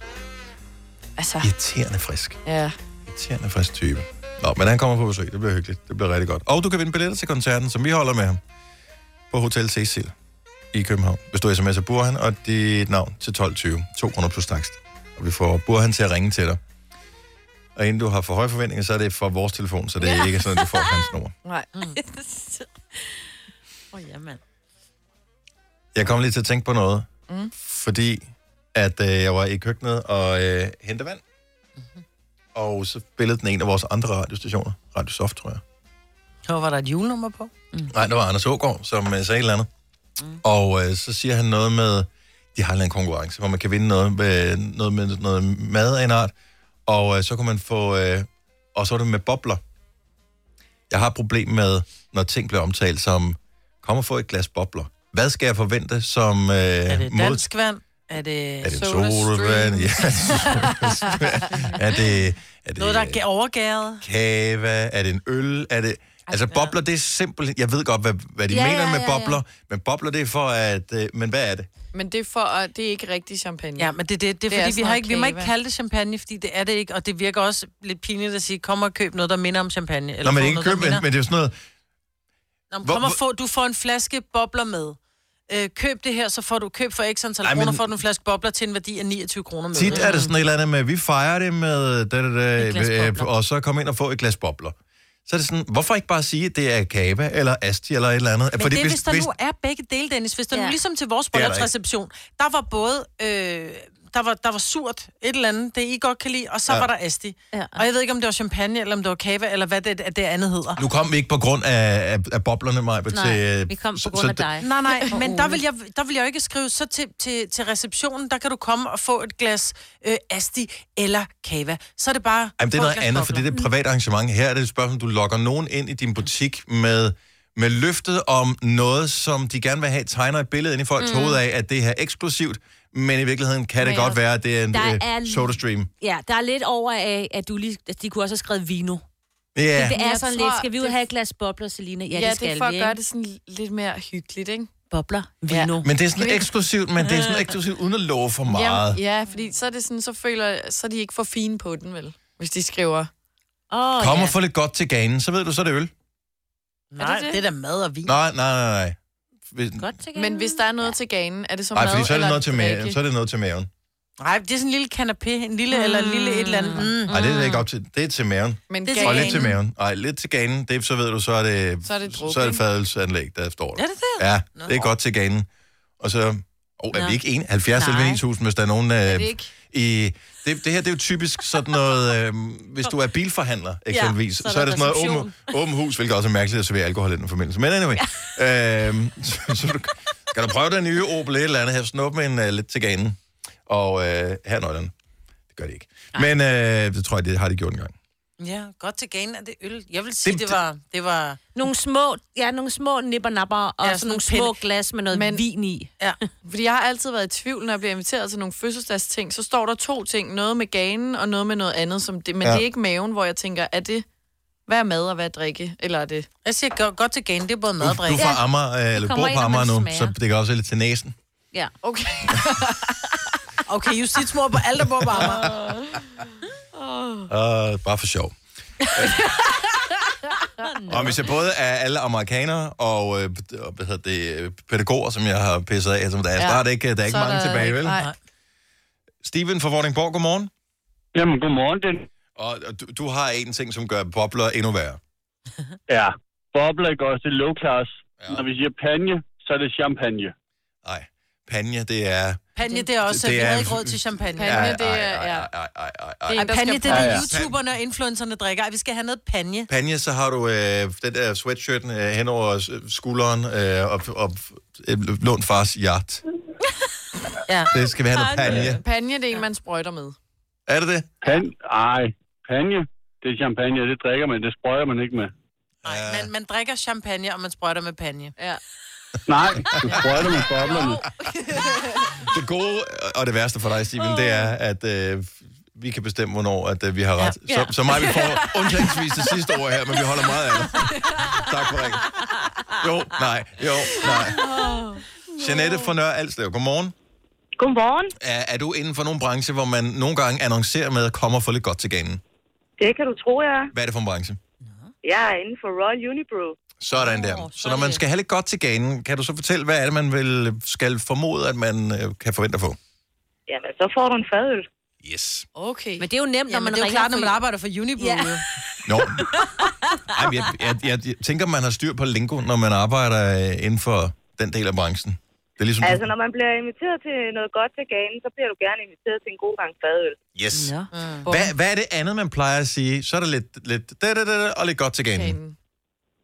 Altså,
Irriterende frisk.
ja.
irriterende frisk type. Nå, men han kommer på besøg. Det bliver hyggeligt. Det bliver rigtig godt. Og du kan vinde billetter til koncerten, som vi holder med ham. På Hotel Cecil i København. Hvis du sms'er Burhan og dit navn til 1220. 2 kroner plus takst. Og vi får Burhan til at ringe til dig. Og inden du har for høje forventninger, så er det fra vores telefon, så det er ikke sådan, at du får hans nummer.
Nej.
Åh, oh, jamen.
Jeg kom lige til at tænke på noget, mm. fordi at øh, jeg var i køkkenet og øh, hentede vand. Mm-hmm. Og så spillede den en af vores andre radiostationer. Radio Soft, tror jeg.
Hvor var der et julenummer på?
Nej, det var Anders Ågaard, som uh, sagde et eller andet. Mm. Og øh, så siger han noget med, de har en eller anden konkurrence, hvor man kan vinde noget med noget, med, noget mad af en art. Og øh, så kunne man få, øh, og så er det med bobler. Jeg har et problem med, når ting bliver omtalt som, kom og få et glas bobler. Hvad skal jeg forvente som øh,
Er det
mod-
dansk vand? Er det,
Er det
Soda
sodavand? Ja, er det, er det
noget, der er overgæret?
kava? Er det en øl? Er det... Altså, bobler, det er simpelthen... Jeg ved godt, hvad, hvad de ja,
Ja,
mener
ja,
med
ja, ja.
bobler, men bobler, det er for at... Øh, men hvad er det?
Men det er, for, at- det er ikke rigtig champagne.
Ja, men det, det, det, det
Det er
er fordi, vi,
sådan
har
noget
ikke, vi må
kage,
ikke
hva'?
kalde det champagne, fordi det er det ikke, og det virker også lidt pinligt at sige, kom og køb noget, der minder om champagne.
Nå,
Eller
men
få
det er ikke
noget, der
køb, men,
minder-
men det er jo sådan noget...
Nå, men
Hvor-
kom og
hvor-
få, du får en flaske bobler med. Øh, køb det her, så får du køb for ekstra antal
Ej, men-
kroner, får du en flaske bobler til en værdi af 29 kroner med.
Tit er det sådan et eller andet med, vi fejrer det med... Da, da,
Et glas
da,
bobler.
øh, og så kom ind og få et glas bobler. Så er det sådan, hvorfor ikke bare sige, at det er kava eller asti eller et eller andet?
Men Fordi det, hvis, hvis der nu er begge dele, Dennis, hvis der ja. nu
Ja.
ligesom til vores
er der
bryllupsreception, der var både, øh, der, var, der var surt, et eller andet, det I godt kan lide, og så
Ja.
ja. var der asti.
Ja.
Ja. Og jeg ved ikke, om det var champagne, eller om det var kava, eller hvad det, det andet hedder.
nu kom vi ikke på grund af, af, af boblerne, Maja,
Nej,
til... øh,
vi kom på
så-
grund
så
af
det-
dig.
Nej, nej,
Og
men der
Ole.
vil, jeg, der vil jeg jo ikke skrive, så til, til, til receptionen, der kan du komme og få et glas øh, asti eller kava. Så er det bare...
Jamen, det er
få et
noget
glas
andet, for
bobler.
det er et privat arrangement. Her er det et spørgsmål, du lokker nogen ind i din butik med, med løftet om noget, som de gerne vil have, tegner et billede ind i folks mm. hoved af, at det her er eksklusivt, men i virkeligheden kan det
Men
godt
jeg-
være, at det er en
Der
øh,
er-
sodastream.
Ja, der er lidt over af, at du lige, at de kunne også have skrevet vino.
Ja,
Ja. Det er
Jeg
sådan
tror,
lidt, skal vi jo
det-
have et glas bobler, Selina? Ja,
ja,
ja, det skal
det er for
vi,
at gøre
ikke?
det sådan lidt mere hyggeligt, ikke?
Bobler,
Ja.
vino.
men det er sådan eksklusivt, men det er
Øh.
sådan eksklusivt uden at love for meget.
Jamen, ja, fordi så er det sådan, så føler så er de ikke for fine på den, vel? Hvis de skriver,
Åh,
Kom og få lidt godt til ganen, så ved du, så er det øl.
Nej,
det det?
det er da mad og vin.
Nej, nej, nej, nej. Hvis-
Godt til
men hvis der er noget til ganen, er det så
Nej,
mad
fordi så er, det
eller
noget til maven,
drikke?
så er det noget til maven.
Nej, det er sådan en lille kanapé, en lille mm. eller en lille et eller andet. Mm.
Nej, det er det ikke op til. Det er til maven.
Men
Det er til
Og
ganen,
lidt til maven. Nej, lidt til ganen. Det, så ved du, så er det,
Så er det druk,
så er det
ikke?
fadelsanlæg, der står der.
Er det det?
Ja, det er godt til ganen. Og så... Oh, er
Nå.
vi ikke en? 70
Nej.
eller 9000, hvis der er nogen... Øh, er
det ikke?
I, det, det her, det er jo typisk sådan noget... Øh, hvis du er bilforhandler, eksempelvis, ja, så,
er
så er
der
det sådan noget åben,
reception.
åben hus, hvilket også er mærkeligt at servere alkohol i den forbindelse. Men anyway, ja. øh, så, så du, kan du prøve den nye Opel et eller andet her? Snup med en øh, lidt til ganen. Og øh, her nøglerne. Det gør de ikke. Men øh, det tror jeg, det har de gjort en gang.
Ja, godt til ganen er det øl. Jeg vil sige, det, det var... Det var
Nogle små, ja, nogle små nippernapper og
Ja,
ja,
sådan
sådan nogle
nogle
små glas med noget
Men-
Men... vin i.
ja.
Fordi jeg har altid været i tvivl, når jeg bliver inviteret til nogle fødselsdagsting. Så står der to ting. Noget med ganen og noget med noget andet. Som det, men
Ja.
ja. det er ikke maven, hvor jeg tænker, er det... Hvad er mad og hvad er drikke? Eller er det...
Jeg siger godt, godt til ganen, det er både mad
Du,
og
du
drik.
får Amager, øh, eller
kommer
bor
ind,
på
og
Amager
man
nu,
smager.
så det kan også lidt til næsen.
Ja.
Okay.
Okay, Justits mor på alt, der bor på Amager.
Mm.
Uh, bare for sjov. og hvis jeg både er alle amerikanere og øh, og, hvad hedder det, øh, pædagoger, som jeg har pisset af, som der er
Ja.
snart ikke, der er ikke
Så er
mange
der
tilbage,
ikke-
vel?
nej.
Steven fra Vordingborg, godmorgen.
Jamen, godmorgen, den.
Og og du, du har en ting, som gør bobler endnu værre.
Ja, bobler ikke også, det er low class.
Ja.
Ja. Når vi siger panje, så er det champagne.
Nej, panje, det er...
Panje, det er også,
Det-
det,
det
vi
er-
havde ikke råd til champagne.
Panje,
Ej,
det er-
ej,
ja.
ej, ej, ej, ej, ej.
Det er
Ej,
en, der
panje,
skal
det er det,
Ja, ja.
youtuberne og influencerne drikker. Ej, vi skal have noget panje.
Panje, så har du øh, den der sweatshirten øh, hen over øh, skulderen øh, og, og øh, lånt fars hjert.
Ja.
Det skal vi have noget panje.
Panje, det er en, man sprøjter med.
Er det det?
Pan, ej, panje, det er champagne, det drikker man, det sprøjer man ikke med.
Nej, man, man drikker champagne, og man sprøjter med panje.
Ja.
Nej, du sprøjter med boblerne.
Det gode og det værste for dig, Steven, det er, at øh, vi kan bestemme, hvornår at, øh, vi har ret. Ja. Så, så mig, vi får undtagelsesvis det sidste ord her, men vi holder meget af det. Tak for ringen. Jo, nej, jo, nej. Jeanette fra Nørre Alslev, godmorgen.
Godmorgen.
Er, er du inden for nogle branche, hvor man nogle gange annoncerer med at komme og få lidt godt til ganen?
Det kan du tro, jeg er.
Hvad er det for en branche?
Jeg er inden for Royal Unibrew.
Sådan der. Så når man skal have lidt godt til ganen, kan du så fortælle, hvad er det, man vil, skal formode, at man øh, kan forvente at få?
Jamen, så får du en fadøl.
Mm-hmm. Yes.
Okay.
Men det er jo nemt, når
Jamen,
man
det er jo
ringer.
klart, når man
for-
arbejder for Unibrew.
Ja.
jo.
Nå. Ej, men jeg, jeg, jeg, jeg tænker, man har styr på lingo, når man arbejder øh, inden for den del af branchen. Det er ligesom...
Altså, når man bliver inviteret til noget godt til ganen, så bliver du gerne inviteret til en god gang fadøl.
Yes.
Mm.
Nå.
Hvad, hvad er det andet, man plejer at sige? Så er der lidt, lidt da, da, da, da, og lidt godt til ganen.
Panden.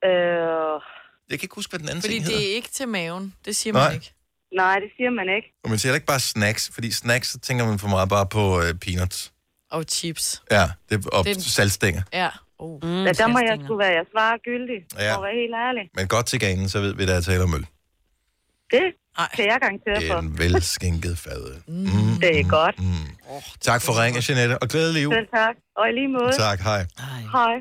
Øh,
Jeg kan ikke huske, hvad den anden
Fordi
ting hedder.
det er ikke til maven. Det siger man
Nej.
ikke.
nej, det siger man ikke.
Og man siger heller ikke bare snacks, fordi snacks, så tænker man for meget bare på øh, peanuts.
Og chips.
Ja, det, og
Det-
det... saltstænger.
Ja. Oh.
Mm,
Så der må jeg
festinger.
sgu være, jeg svarer gyldig.
Ja.
Ja. For at være helt ærlig.
Men godt til ganen, så ved vi, der er tale om øl.
Det
Ej.
kan jeg garantere for.
En velskænket fadøl. Mm.
Det er godt.
Tak for ringen, Jeanette, og glædelig jul.
Selv tak. Og i lige måde.
Tak, hej.
Hej.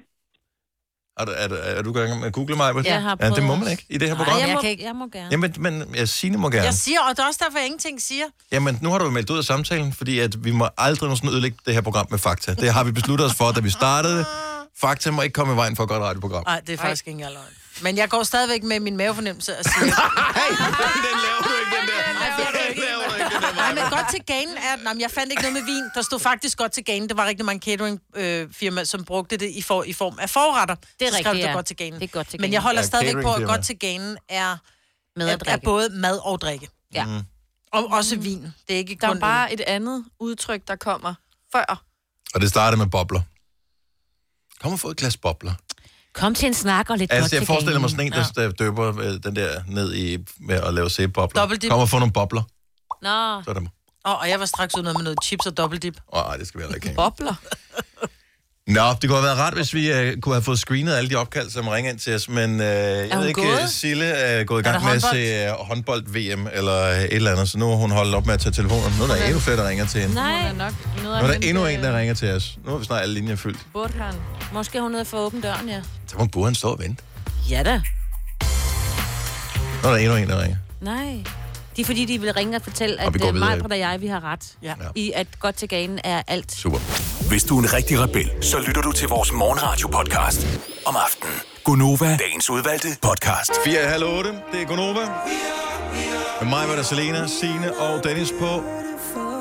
Er, du- er, du- er du gået i gang med at google mig?
Jeg har
ja, det
prøvet
må man
også.
ikke i det her program.
Ej, jeg,
Jeg
må,
kan ikke-
jeg må gerne.
Jamen, men ja, Signe må gerne.
Jeg siger, og det er også derfor, jeg ingenting siger.
Jamen, nu har du jo meldt ud af samtalen, fordi at vi må aldrig nogensinde ødelægge det her program med fakta. Det har vi besluttet os for, da vi startede. Fakta må ikke komme i vejen for et godt radioprogram.
Nej, det er faktisk ikke engang løgn. Men jeg går stadigvæk med min mavefornemmelse og siger,
Hey, den laver du ikke, den der. Den laver du ikke, den der.
nej, men godt til ganen er, nej, men jeg fandt ikke noget med vin. Der stod faktisk godt til ganen. Der var rigtig mange cateringfirmaer, som brugte det i, for, i form af forretter. Det
er
så skrev
rigtigt,
det
ja.
godt til ganen.
Det er godt til
Men
ganen.
jeg holder
Ja,
stadigvæk på, at
cateringfirma.
godt til ganen er,
Med
er,
at
er
drikke.
både mad og drikke.
Ja.
Mm.
Og også vin. Det er ikke
Der
kun
er bare et andet udtryk, der kommer før.
Og det startede med bobler. Kom og få et glas bobler.
Kom til en snak og lidt godt
Altså,
til
jeg forestiller mig
ganen.
sådan en, der, der døber øh, den der ned i med at lave
Dobbelt
sæbebobler.
dip.
Kom og få nogle bobler.
Nå,
Så er der...
øl. Åh, og jeg var straks ude med noget chips og dobbelt dip.
Åh, oh, det skal vi heller ikke have.
Bobler.
Nå, det kunne have været rart, hvis vi øh, kunne have fået screenet alle de opkald, som ringer ind til os, men øh, jeg ved
hun
ikke,
gået?
øh, Sille er gået i gang
der
med at se øh, håndbold-VM eller øh, et eller andet, så nu har hun holdt op med at tage telefonen. Nu er der endnu flere, der ringer til hende.
nej.
Der er nok noget øh,
Nu er der endnu en, der ringer til os. Nu har vi snart alle linjer fyldt.
Burhan.
Måske hun nede for åben døren, ja.
Så må Burhan stå og vente.
Ja da.
Nu er der endnu en, der ringer.
Nej. Det er fordi, de vil ringe og fortælle,
Og
at
vi går
øh,
videre.
Majbrit og jeg, vi har ret.
Ja.
I at godt til ganen er alt.
Super.
Hvis du er en rigtig rebel, så lytter du til vores morgenradio-podcast om aftenen. Gunova, dagens udvalgte podcast.
4 halv 8. Det er Gonova. Med mig var der Selena, Signe og Dennis på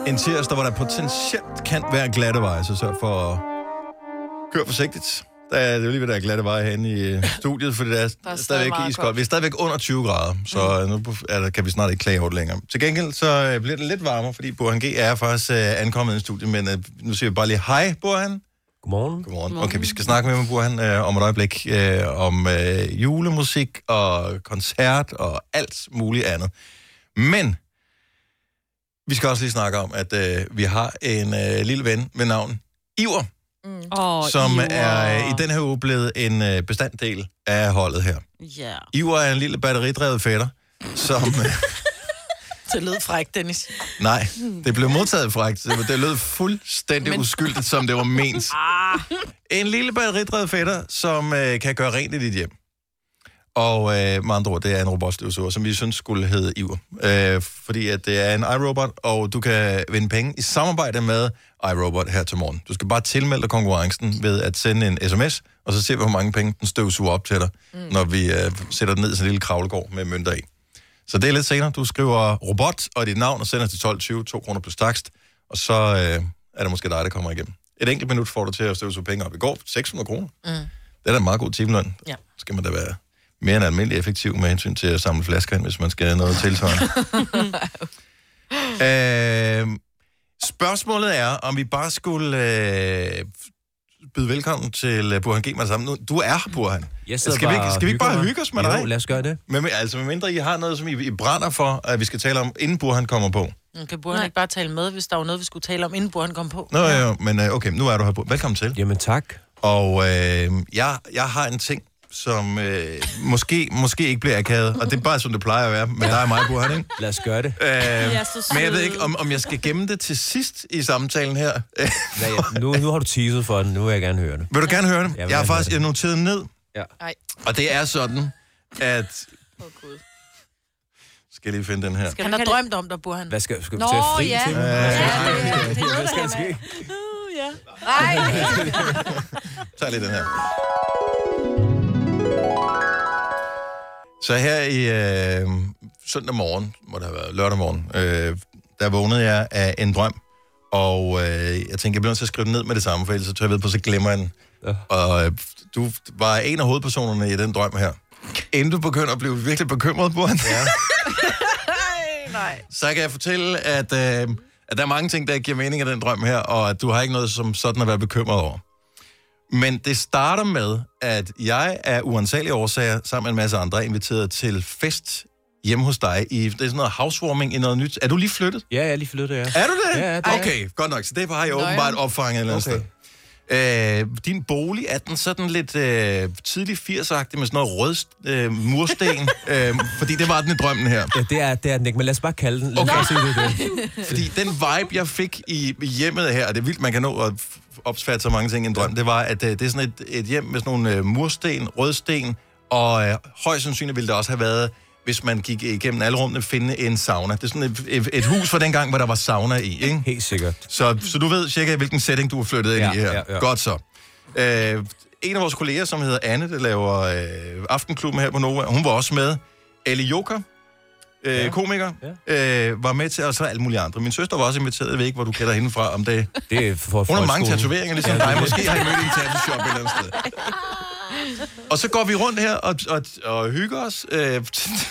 en tirsdag, hvor der potentielt kan være glatte veje, så sørg for at køre forsigtigt. Der er, det er jo lige ved, der er glatte veje herinde i øh, studiet, for det er, der er
stadig
stadigvæk
meget
iskoldt.
koldt.
Vi er stadigvæk under 20 grader, så øh, nu er der, kan vi snart ikke klage over det længere. Til gengæld så øh, bliver det lidt varmere, fordi Burhan G er faktisk øh, ankommet i studiet, men øh, nu siger vi bare lige hej, Burhan.
Godmorgen.
Godmorgen. Okay, vi skal snakke med, med Burhan øh, om et øjeblik øh, om øh, julemusik og koncert og alt muligt andet. Men vi skal også lige snakke om, at øh, vi har en øh, lille ven med navn Iver,
Oh,
som er øh, i den her uge blevet en øh, bestanddel af holdet her.
Ja.
Iver er en lille batteridrevet fætter, som... øh,
Det lød fræk, Dennis.
Nej, det blev modtaget frækt. Det var- Det lød fuldstændig Men... Ah. uskyldigt, som det var ment. En lille batteridrevet fætter, som øh, kan gøre rent i dit hjem. Og øh, med andre ord, det er en robotstøvsuger, som vi synes skulle hedde Iver. Øh, fordi at det er en iRobot, og du kan vinde penge i samarbejde med iRobot her til morgen. Du skal bare tilmelde dig konkurrencen ved at sende en sms, og så ser vi, hvor mange penge den støvsuger op til dig, mm. når vi øh, sætter den ned i sådan en lille kravlegård med mønter i. Så det er lidt senere. Du skriver robot og dit navn og sender til 12.20, 2 kroner plus takst, og så øh, er det måske dig, der kommer igennem. Et enkelt minut får du til at støvsuge penge op. I går 600 kroner. Mm. Det er da en meget god timeløn.
Ja.
Skal man da være mere end almindelig effektiv med hensyn til at samle flasker ind, hvis man skal have noget tilsvarende. øh, spørgsmålet er, om vi bare skulle øh, byde velkommen til øh, Burhan G. med det samme. Nu, du er her, Burhan.
Jeg sidder
skal, vi ikke,
og
skal vi ikke bare
hygger mig.
hygge os med dig?
Jo, lad os gøre det.
Men, men- altså, medmindre I har noget, som I, I brænder for, at vi skal tale om, inden Burhan kommer på.
Mm, Kan Burhan ikke bare tale med, hvis der var noget, vi skulle tale om, inden Burhan kom på?
Nå, ja. jo, men øh, okay, nu er du her på. Velkommen til.
Jamen tak.
Og øh, jeg, jeg har en ting, som øh, måske, måske ikke bliver akavet, og det er bare, som det plejer at være, men der er mig, Burhan, ikke?
Lad os gøre det.
Øh,
Jeg er så
men jeg ved
sød.
ikke, om, om jeg skal gemme det til sidst i samtalen her. Øh,
Hvad, nu, nu har du teaset for den. Nu vil jeg gerne høre det.
vil du gerne høre det?
Jeg vil
Jeg har
gerne
faktisk jeg noteret ned,
Ja.
og det er sådan, at... Skal jeg lige finde den her?
Han har drømt om dig, Burhan.
Hvad skal, skal du
Nå,
tage fri
ja.
til?
Ja,
Hvad skal der ske?
ja.
Nej,
tager lige den her. Så her i øh, søndag morgen, må det have været lørdag morgen, øh, der vågnede jeg af en drøm, og øh, jeg tænkte, jeg bliver nødt til at skrive den ned med det samme, for ellers så tør jeg ved på, så glemmer jeg den.
Ja.
Og øh, du var en af hovedpersonerne i den drøm her. Inden du begynder at blive virkelig bekymret på den, ja. så kan jeg fortælle, at, øh, at der er mange ting, der giver mening af den drøm her, og at du har ikke noget som sådan at være bekymret over. Men det starter med, at jeg af uansagelige årsager, sammen med en masse andre, er inviteret til fest hjemme hos dig. I, det er sådan noget housewarming i noget nyt. Er du lige flyttet?
Ja, jeg er lige flyttet, ja.
Er du det?
Ja, ja, det er
okay, godt nok. Så det har jeg
Nå, ja.
åbenbart opfanget et eller andet sted. Øh, din bolig, er den sådan lidt øh, tidlig 80'er-agtig med sådan noget rød øh, mursten? øh, fordi det var den i drømmen her.
Ja, det er, det er den ikke, men lad os bare kalde den. Lad os
Okay.
bare sige, det er det.
Fordi den vibe, jeg fik i i hjemmet her, og det er vildt, man kan nå at f- opsfatte så mange ting i en drøm, det var, at øh, det er sådan et, et hjem med sådan nogle øh, mursten, rødsten, og øh, højst sandsynligt ville det også have været, hvis man gik igennem alle rummene, finde en sauna. Det er sådan et, et, et hus fra dengang, hvor der var sauna i, ikke?
Helt sikkert.
Så, så du ved cirka, hvilken setting du er flyttet ind
Ja,
i her.
ja, ja.
Godt så. Øh, en af vores kolleger, som hedder Anne, der laver øh, Aftenklubben her på Nova, hun var også med. Ali Joker, øh,
Ja.
komiker, ja. Øh, var med til, og så alle mulige andre. Min søster var også inviteret, jeg ved ikke, hvor du kender hende fra, om det...
Det er for
Hun har mange
folkeskolen.
tatoveringer, ligesom ja, dig. Måske har I mødt i en tattoo-shop et eller andet sted. Og så går vi rundt her og, og, og hygger os øh,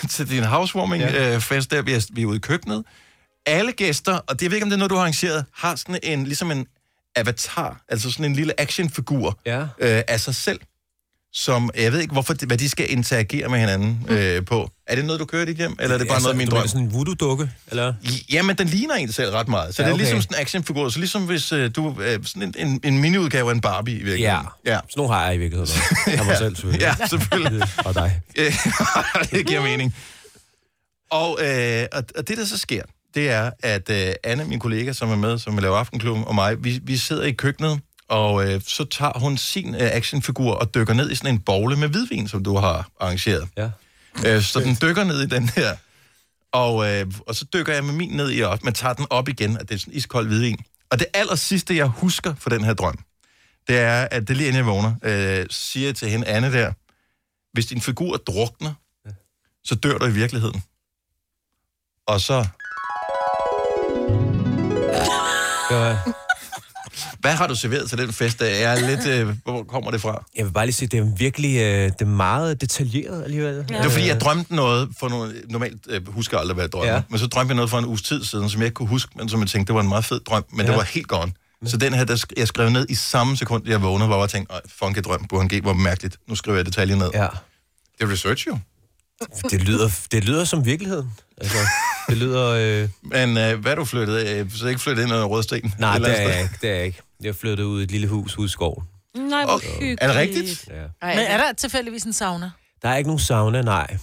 til din housewarming-fest ja. øh, fest der. Vi er, vi er ude i køkkenet. Alle gæster, og det jeg ved ikke, om det er noget, du har arrangeret, har sådan en, ligesom en avatar, altså sådan en lille actionfigur
Ja.
øh, af sig selv, som jeg ved ikke, hvorfor, de- hvad de skal interagere med hinanden øh, på. Er det noget, du kører i dit hjem, eller er det bare
altså,
noget, min
Altså, du
drøm?
mener sådan en voodoo-dukke, eller?
Jamen, den ligner en selv ret meget. Så ja,
Ja,
okay. det
okay.
er ligesom sådan en actionfigur. Så ligesom hvis øh, du... Øh, sådan en, en, en miniudgave af en Barbie, i
Ja.
virkeligheden. Ja.
Sådan nogle har jeg i virkeligheden. også. Jeg mig selv, selvfølgelig.
Ja, selvfølgelig.
Og dig.
Øh, det giver mening. Og, øh, og, og det, der så sker, det er, at øh, Anne, min kollega, som er med, som laver Aftenklubben, og mig, vi, vi sidder i køkkenet, og øh, så tager hun sin øh, actionfigur og dykker ned i sådan en bogle med hvidvin, som du har arrangeret.
Ja.
Øh, så den dykker ned i den her. Og, øh, og så dykker jeg med min ned i op, men tager den op igen, at det er sådan iskold hvidvin. Og det aller sidste, jeg husker for den her drøm, det er, at det er lige inden jeg vågner, øh, siger jeg til hende, Anne der, hvis din figur drukner, så dør du i virkeligheden. Og så,
Ja.
hvad har du serveret til den fest? Jeg er lidt, øh, hvor kommer det fra?
Jeg vil bare lige sige, det er virkelig øh, det er meget detaljeret alligevel.
Det var fordi, jeg drømte noget for nogle... Normalt øh, husker jeg aldrig, hvad jeg drømmer. Ja.
Ja.
Men så drømte jeg noget for en uges tid siden, som jeg ikke kunne huske, men som jeg tænkte, det var en meget fed drøm, men ja. det
Ja.
var helt gone. Så den her, der sk- jeg skrev ned i samme sekund, jeg vågnede, hvor jeg bare tænkte, "Ej, fuck, jeg drøm, Burhan G, hvor mærkeligt. Nu skriver jeg detaljer ned. Ja.
Ja.
Det er research jo.
Det lyder, det lyder som virkeligheden. Altså, det lyder... Øh,
Men øh, hvad er du flyttet af? Så ikke flyttet ind under rødsten?
nej,
Et eller
det
andet
er jeg
sted?
ikke. Det er jeg ikke.
Jeg flyttede ud i et lille hus ude i skoven.
Nej, hvor hyggeligt.
Er det rigtigt?
Ja.
Ej,
Men er der tilfældigvis en sauna?
Der er ikke nogen sauna, nej.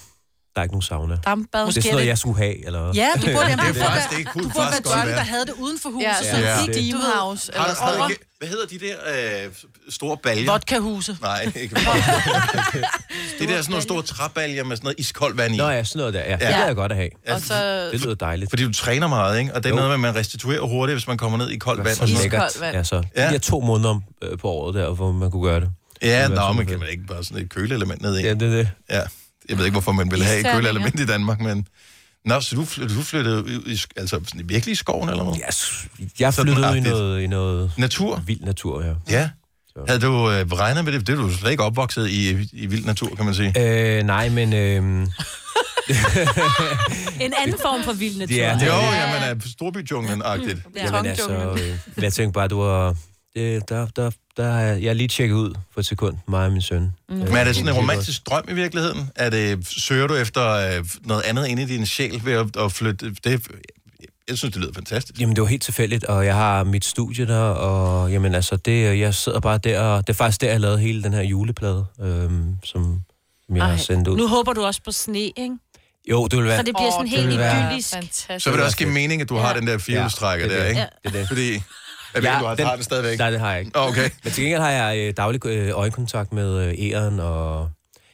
Der er ikke nogen sauna. Det
dampbad?
er
Måske
sådan noget, jeg skulle have, eller hvad?
Ja, du burde jamen, du
Det er
burde
faktisk
være-
ikke cool.
Du burde
Faktisk godt
være døren,
være.
der havde det uden for
Ja,
huset, så
sådan
Ja.
ja.
en
gik du ved.
steamhouse.
Har der
Eller sådan
stadig
noget.
ikke... Hvad hedder de der øh, store baljer?
Vodkahuse.
Nej, ikke bare. det der sådan nogle store træbaljer med sådan noget iskoldt vand i. Altså,
Nå ja, sådan noget der. Ja, det
Ja.
vil jeg godt at have.
Og så
Det lyder dejligt.
Fordi du træner meget, ikke? Og det er
Jo.
noget med, at man restituerer hurtigt, hvis man kommer ned i koldt vand.
så
Og sådan noget.
lækkert.
Iskoldt vand.
Ja, så.
Ja.
Ja. De der to måneder øh, på året der, hvor man kunne gøre det.
Ja,
Det ville være
nå,
super
men kan
fedt.
man ikke bare sådan et køleelement ned i?
Ja, det er det.
Ja. Jeg ved ikke, hvorfor man ville have et
Isterninger.
køleelement i Danmark, men... Nå, så du, fly, du flyttede ud i, sk- altså, sådan virkelig i skoven eller noget?
Jeg, jeg
Sådan
flyttede ud i
agtigt.
noget, i noget
Natur?
vild natur, ja.
Ja. Havde du øh, regnet med det? Det er du slet ikke opvokset i, i vild natur, kan man sige.
Øh, nej, men øh,
En anden form for vild natur.
Det er det.
Jo, ja, man er storbyjunglen-agtigt.
Jamen altså, øh, men jeg tænkte bare, du var... Det, der, der, der har jeg, jeg er lige tjekket ud for et sekund, mig og min søn. Mm.
Men er det sådan en romantisk drøm i virkeligheden? Er det, søger du efter øh, noget andet inde i din sjæl ved at, at flytte? Det, jeg synes, det lyder fantastisk.
Jamen, det var helt tilfældigt, og jeg har mit studie der, og jamen altså, det, øh, jeg sidder bare der, og det er faktisk der, jeg lavede hele den her juleplade, øhm, som, som jeg har sendt ud.
Nu håber du også på sne, ikke?
Jo, det vil være...
Så det bliver sådan
det
helt
vil være-
idyllisk.
Fantastisk.
Så vil det også give mening, at du har den der firehjulstrækker
Ja, det er
der,
det.
ikke?
Ja. Det er det.
Fordi, jeg ved, ja, du har, den, har den stadigvæk.
Nej, det har jeg ikke.
Okay.
Men til gengæld har jeg øh, daglig øh, øjenkontakt med øh, æren, og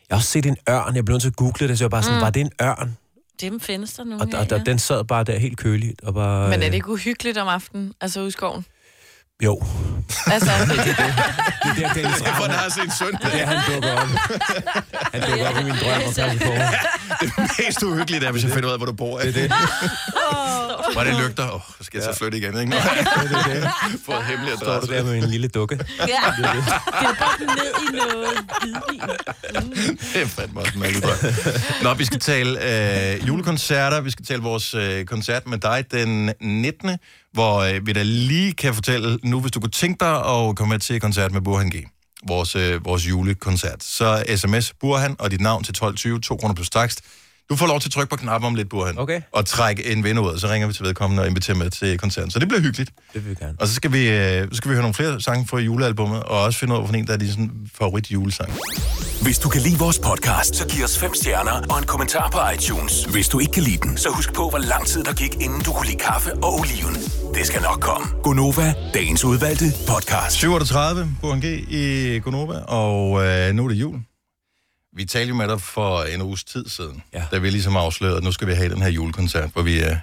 jeg har også set en ørn. Jeg blev nødt til at google det, så jeg var bare sådan, mm. var det en ørn?
Dem findes der
Og,
nogle
og, og den sad bare der helt køligt. Og bare,
Men er det
øh,
ikke uhyggeligt om aftenen, altså ude i skoven?
Jo.
Altså,
Det er der, Dennis
For
Ravn,
der har set søn.
det er, han dukker op. Han dukker op i
Mm-hmm.
min drøm og passer på.
Mest uhyggeligt er, hvis jeg finder ud af, hvor du bor. Det er det. Hvor det lygter. Åh, oh, skal jeg så flytte igen, ikke? Nej, For hemmelig
Står du
adresse.
der med en lille dukke?
Ja, det er bare ned i noget hvidvin.
Det er fandme også en mærkelig drøm. Nå, vi skal tale øh, julekoncerter. Vi skal tale vores øh, koncert med dig den 19. Hvor øh, vi da lige kan fortælle nu, hvis du kunne tænke dig at komme med til koncert med Burhan G. Vores, øh, vores julekoncert. Så sms Burhan og dit navn til 1220, 2 kroner plus takst. Du får lov til at trykke på knappen om lidt, Burhan.
Okay.
Og trække en vinder ud, og så ringer vi til vedkommende og inviterer med til koncerten. Så det bliver hyggeligt.
Det vil vi gerne.
Og så skal vi, øh, så skal vi høre nogle flere sange fra julealbummet, og også finde ud af, hvilken en, der er din sådan, favorit julesang.
Hvis du kan lide vores podcast, så giv os fem stjerner og en kommentar på iTunes. Hvis du ikke kan lide den, så husk på, hvor lang tid der gik, inden du kunne lide kaffe og oliven. Det skal nok komme. Gonova, dagens udvalgte podcast.
738 på G i Gonova, og øh, nu er det jul. Vi talte jo med dig for en uges tid siden, ja.
Ja.
da vi ligesom afslørede, at nu skal vi have den her julekoncert, hvor vi øh,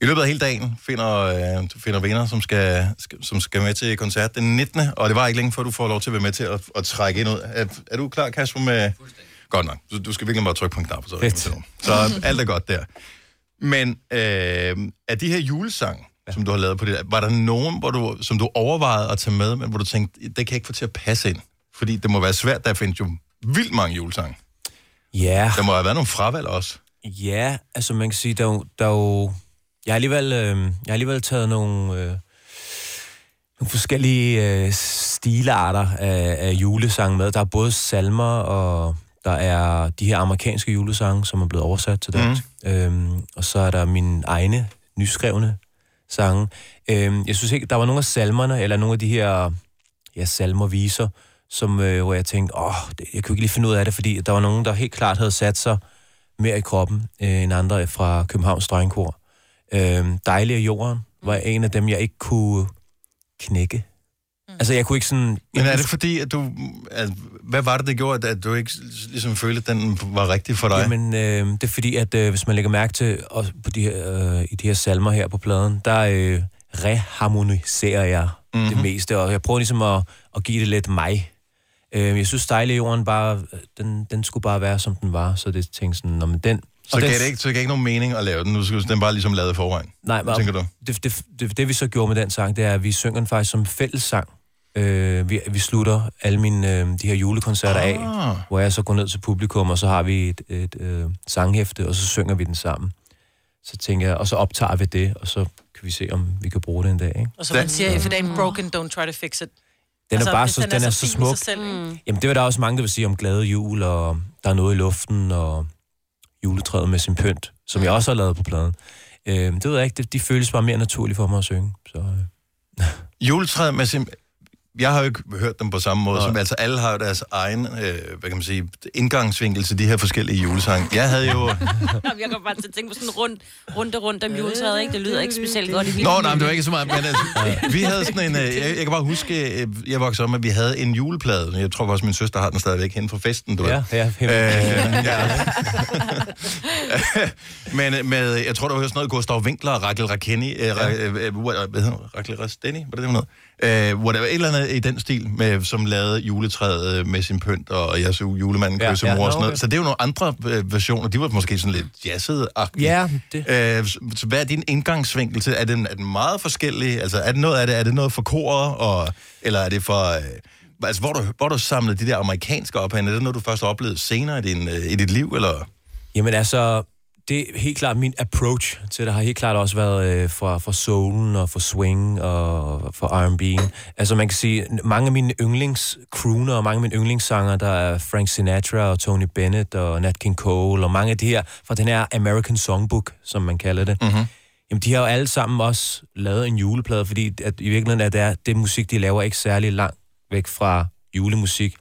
i løbet af hele dagen finder, øh, finder venner, som skal, skal, som skal med til koncert den 19. Og det var ikke længe før, du får lov til at være med til at, at trække ind ud. Er, er du klar, Kasper, med... Godt nok. Du, du skal virkelig bare trykke på en knap, og så ringer
Fedt.
vi til nogen. Så alt er godt der. Men øh, er de her julesange, ja. som du har lavet på det, var der nogen, hvor du, som du overvejede at tage med, men hvor du tænkte, det kan jeg ikke få til at passe ind? Fordi det må være svært, der findes jo vildt mange julesange.
Ja,
Der må have været nogle fravalg også.
ja, altså man kan sige, der er jo... Der er jo jeg, har alligevel, øh, jeg har alligevel taget nogle, øh, nogle forskellige øh, stilarter af, af julesang med. Der er både salmer, og der er de her amerikanske julesange, som er blevet oversat til dansk. Mm. Øhm, og så er der mine egne nyskrevne sange. Øhm, jeg synes ikke, der var nogle af salmerne, eller nogle af de her ja, salmer viser, som, øh, hvor jeg tænkte, åh, det, jeg kunne ikke lige finde ud af det, fordi der var nogen, der helt klart havde sat sig mere i kroppen øh, end andre fra Københavns Drengkor. Øh, Dejlig af jorden var en af dem, jeg ikke kunne knække. Altså, jeg kunne ikke sådan...
Men er det fordi, at du... At, hvad var det, det gjorde, at, at du ikke ligesom følte, at den var rigtig for dig?
Jamen, øh, det er fordi, at øh, hvis man lægger mærke til også på de her, øh, i de her salmer her på pladen, der øh, reharmoniserer jeg mm-hmm. det meste, og jeg prøver ligesom at, at give det lidt mig. Øh, jeg synes, dejlig jorden bare, øh, den, den skulle bare være, som den var, så det tænkte sådan, "Nå, men den...
så
og den,
gav det ikke, så gav det ikke nogen mening at lave den. Nu skal den bare ligesom lavet i forvejen.
Nej,
Hvad
men,
tænker du?
Det, det, det, det vi så gjorde med den sang, det er, at vi synger den faktisk som fællessang. Øh, vi, vi slutter alle mine, øh, de her julekoncerter ah. af, hvor jeg så går ned til publikum, og så har vi et, et øh, sanghæfte, og så synger vi den sammen. Så tænker jeg, og så optager vi det, og så kan vi se, om vi kan bruge det en dag. Ikke?
Og som man siger, if it ain't broken, don't try to fix it.
Den altså, er bare
hvis
så, den er så
fin i
smuk.
sig selv, ikke?
Jamen, det var der også mange, der vil sige om glade jul, og der er noget i luften, og juletræet med sin pynt, som jeg også har lavet på pladen. Øh, det ved jeg ikke, det, de føles bare mere naturligt for mig at synge. Så, øh.
Juletræet med sin... Jeg har jo ikke hørt dem på samme måde, som altså alle har jo deres egen, øh, hvad kan man sige, indgangsvinkel til de her forskellige julesange. Jeg havde jo...
Nå, men jeg kan bare til at tænke på sådan en rund, runde rundt om juletræet, ikke? Det lyder ikke specielt godt i vildt.
Nå, nej, men det var ikke så meget. Men altså, vi havde sådan en... øh, Jeg, jeg kan bare huske, øh, jeg voksede op med, at vi havde en juleplade. Jeg tror også, min søster har den stadigvæk henne fra festen, du ved.
Ja, ja.
Øh, ja. Men øh, med, jeg tror, der var sådan noget Gustav Winkler og Rakel Rakeni, øh, Ra- øh, øh, what- hvad hedder hun? Rakel Rasteni, var det det, hun hed? Øh, whatever, et eller andet i den stil, med, som lavede juletræet øh, med sin pynt, og jeg så julemanden
Ja,
kysse mor
ja,
og
nå,
sådan noget.
okay.
Så det er jo nogle andre øh, versioner. De var måske sådan lidt jazzede
Ja, det-
Øh, så- så hvad er din indgangsvinkel til? Er den, er den meget forskellig? Altså, er det noget af det? Er det noget for koret, og, eller er det for... Øh, altså, hvor du, hvor du samlede de der amerikanske op hen? Er det noget, du først oplevede senere i, din, øh, i dit liv, eller...
Jamen altså, det er helt klart min approach til det har helt klart også været øh, fra, fra soulen og fra swing og fra R&B'en. Altså man kan sige, n- mange af mine yndlingscrooner og mange af mine yndlingssanger, der er Frank Sinatra og Tony Bennett og Nat King Cole og mange af de her fra den her American Songbook, som man kalder det. Mm-hmm. Jamen, de har jo alle sammen også lavet en juleplade, fordi at i virkeligheden er det, er- det musik, de laver, ikke særlig langt væk fra julemusik.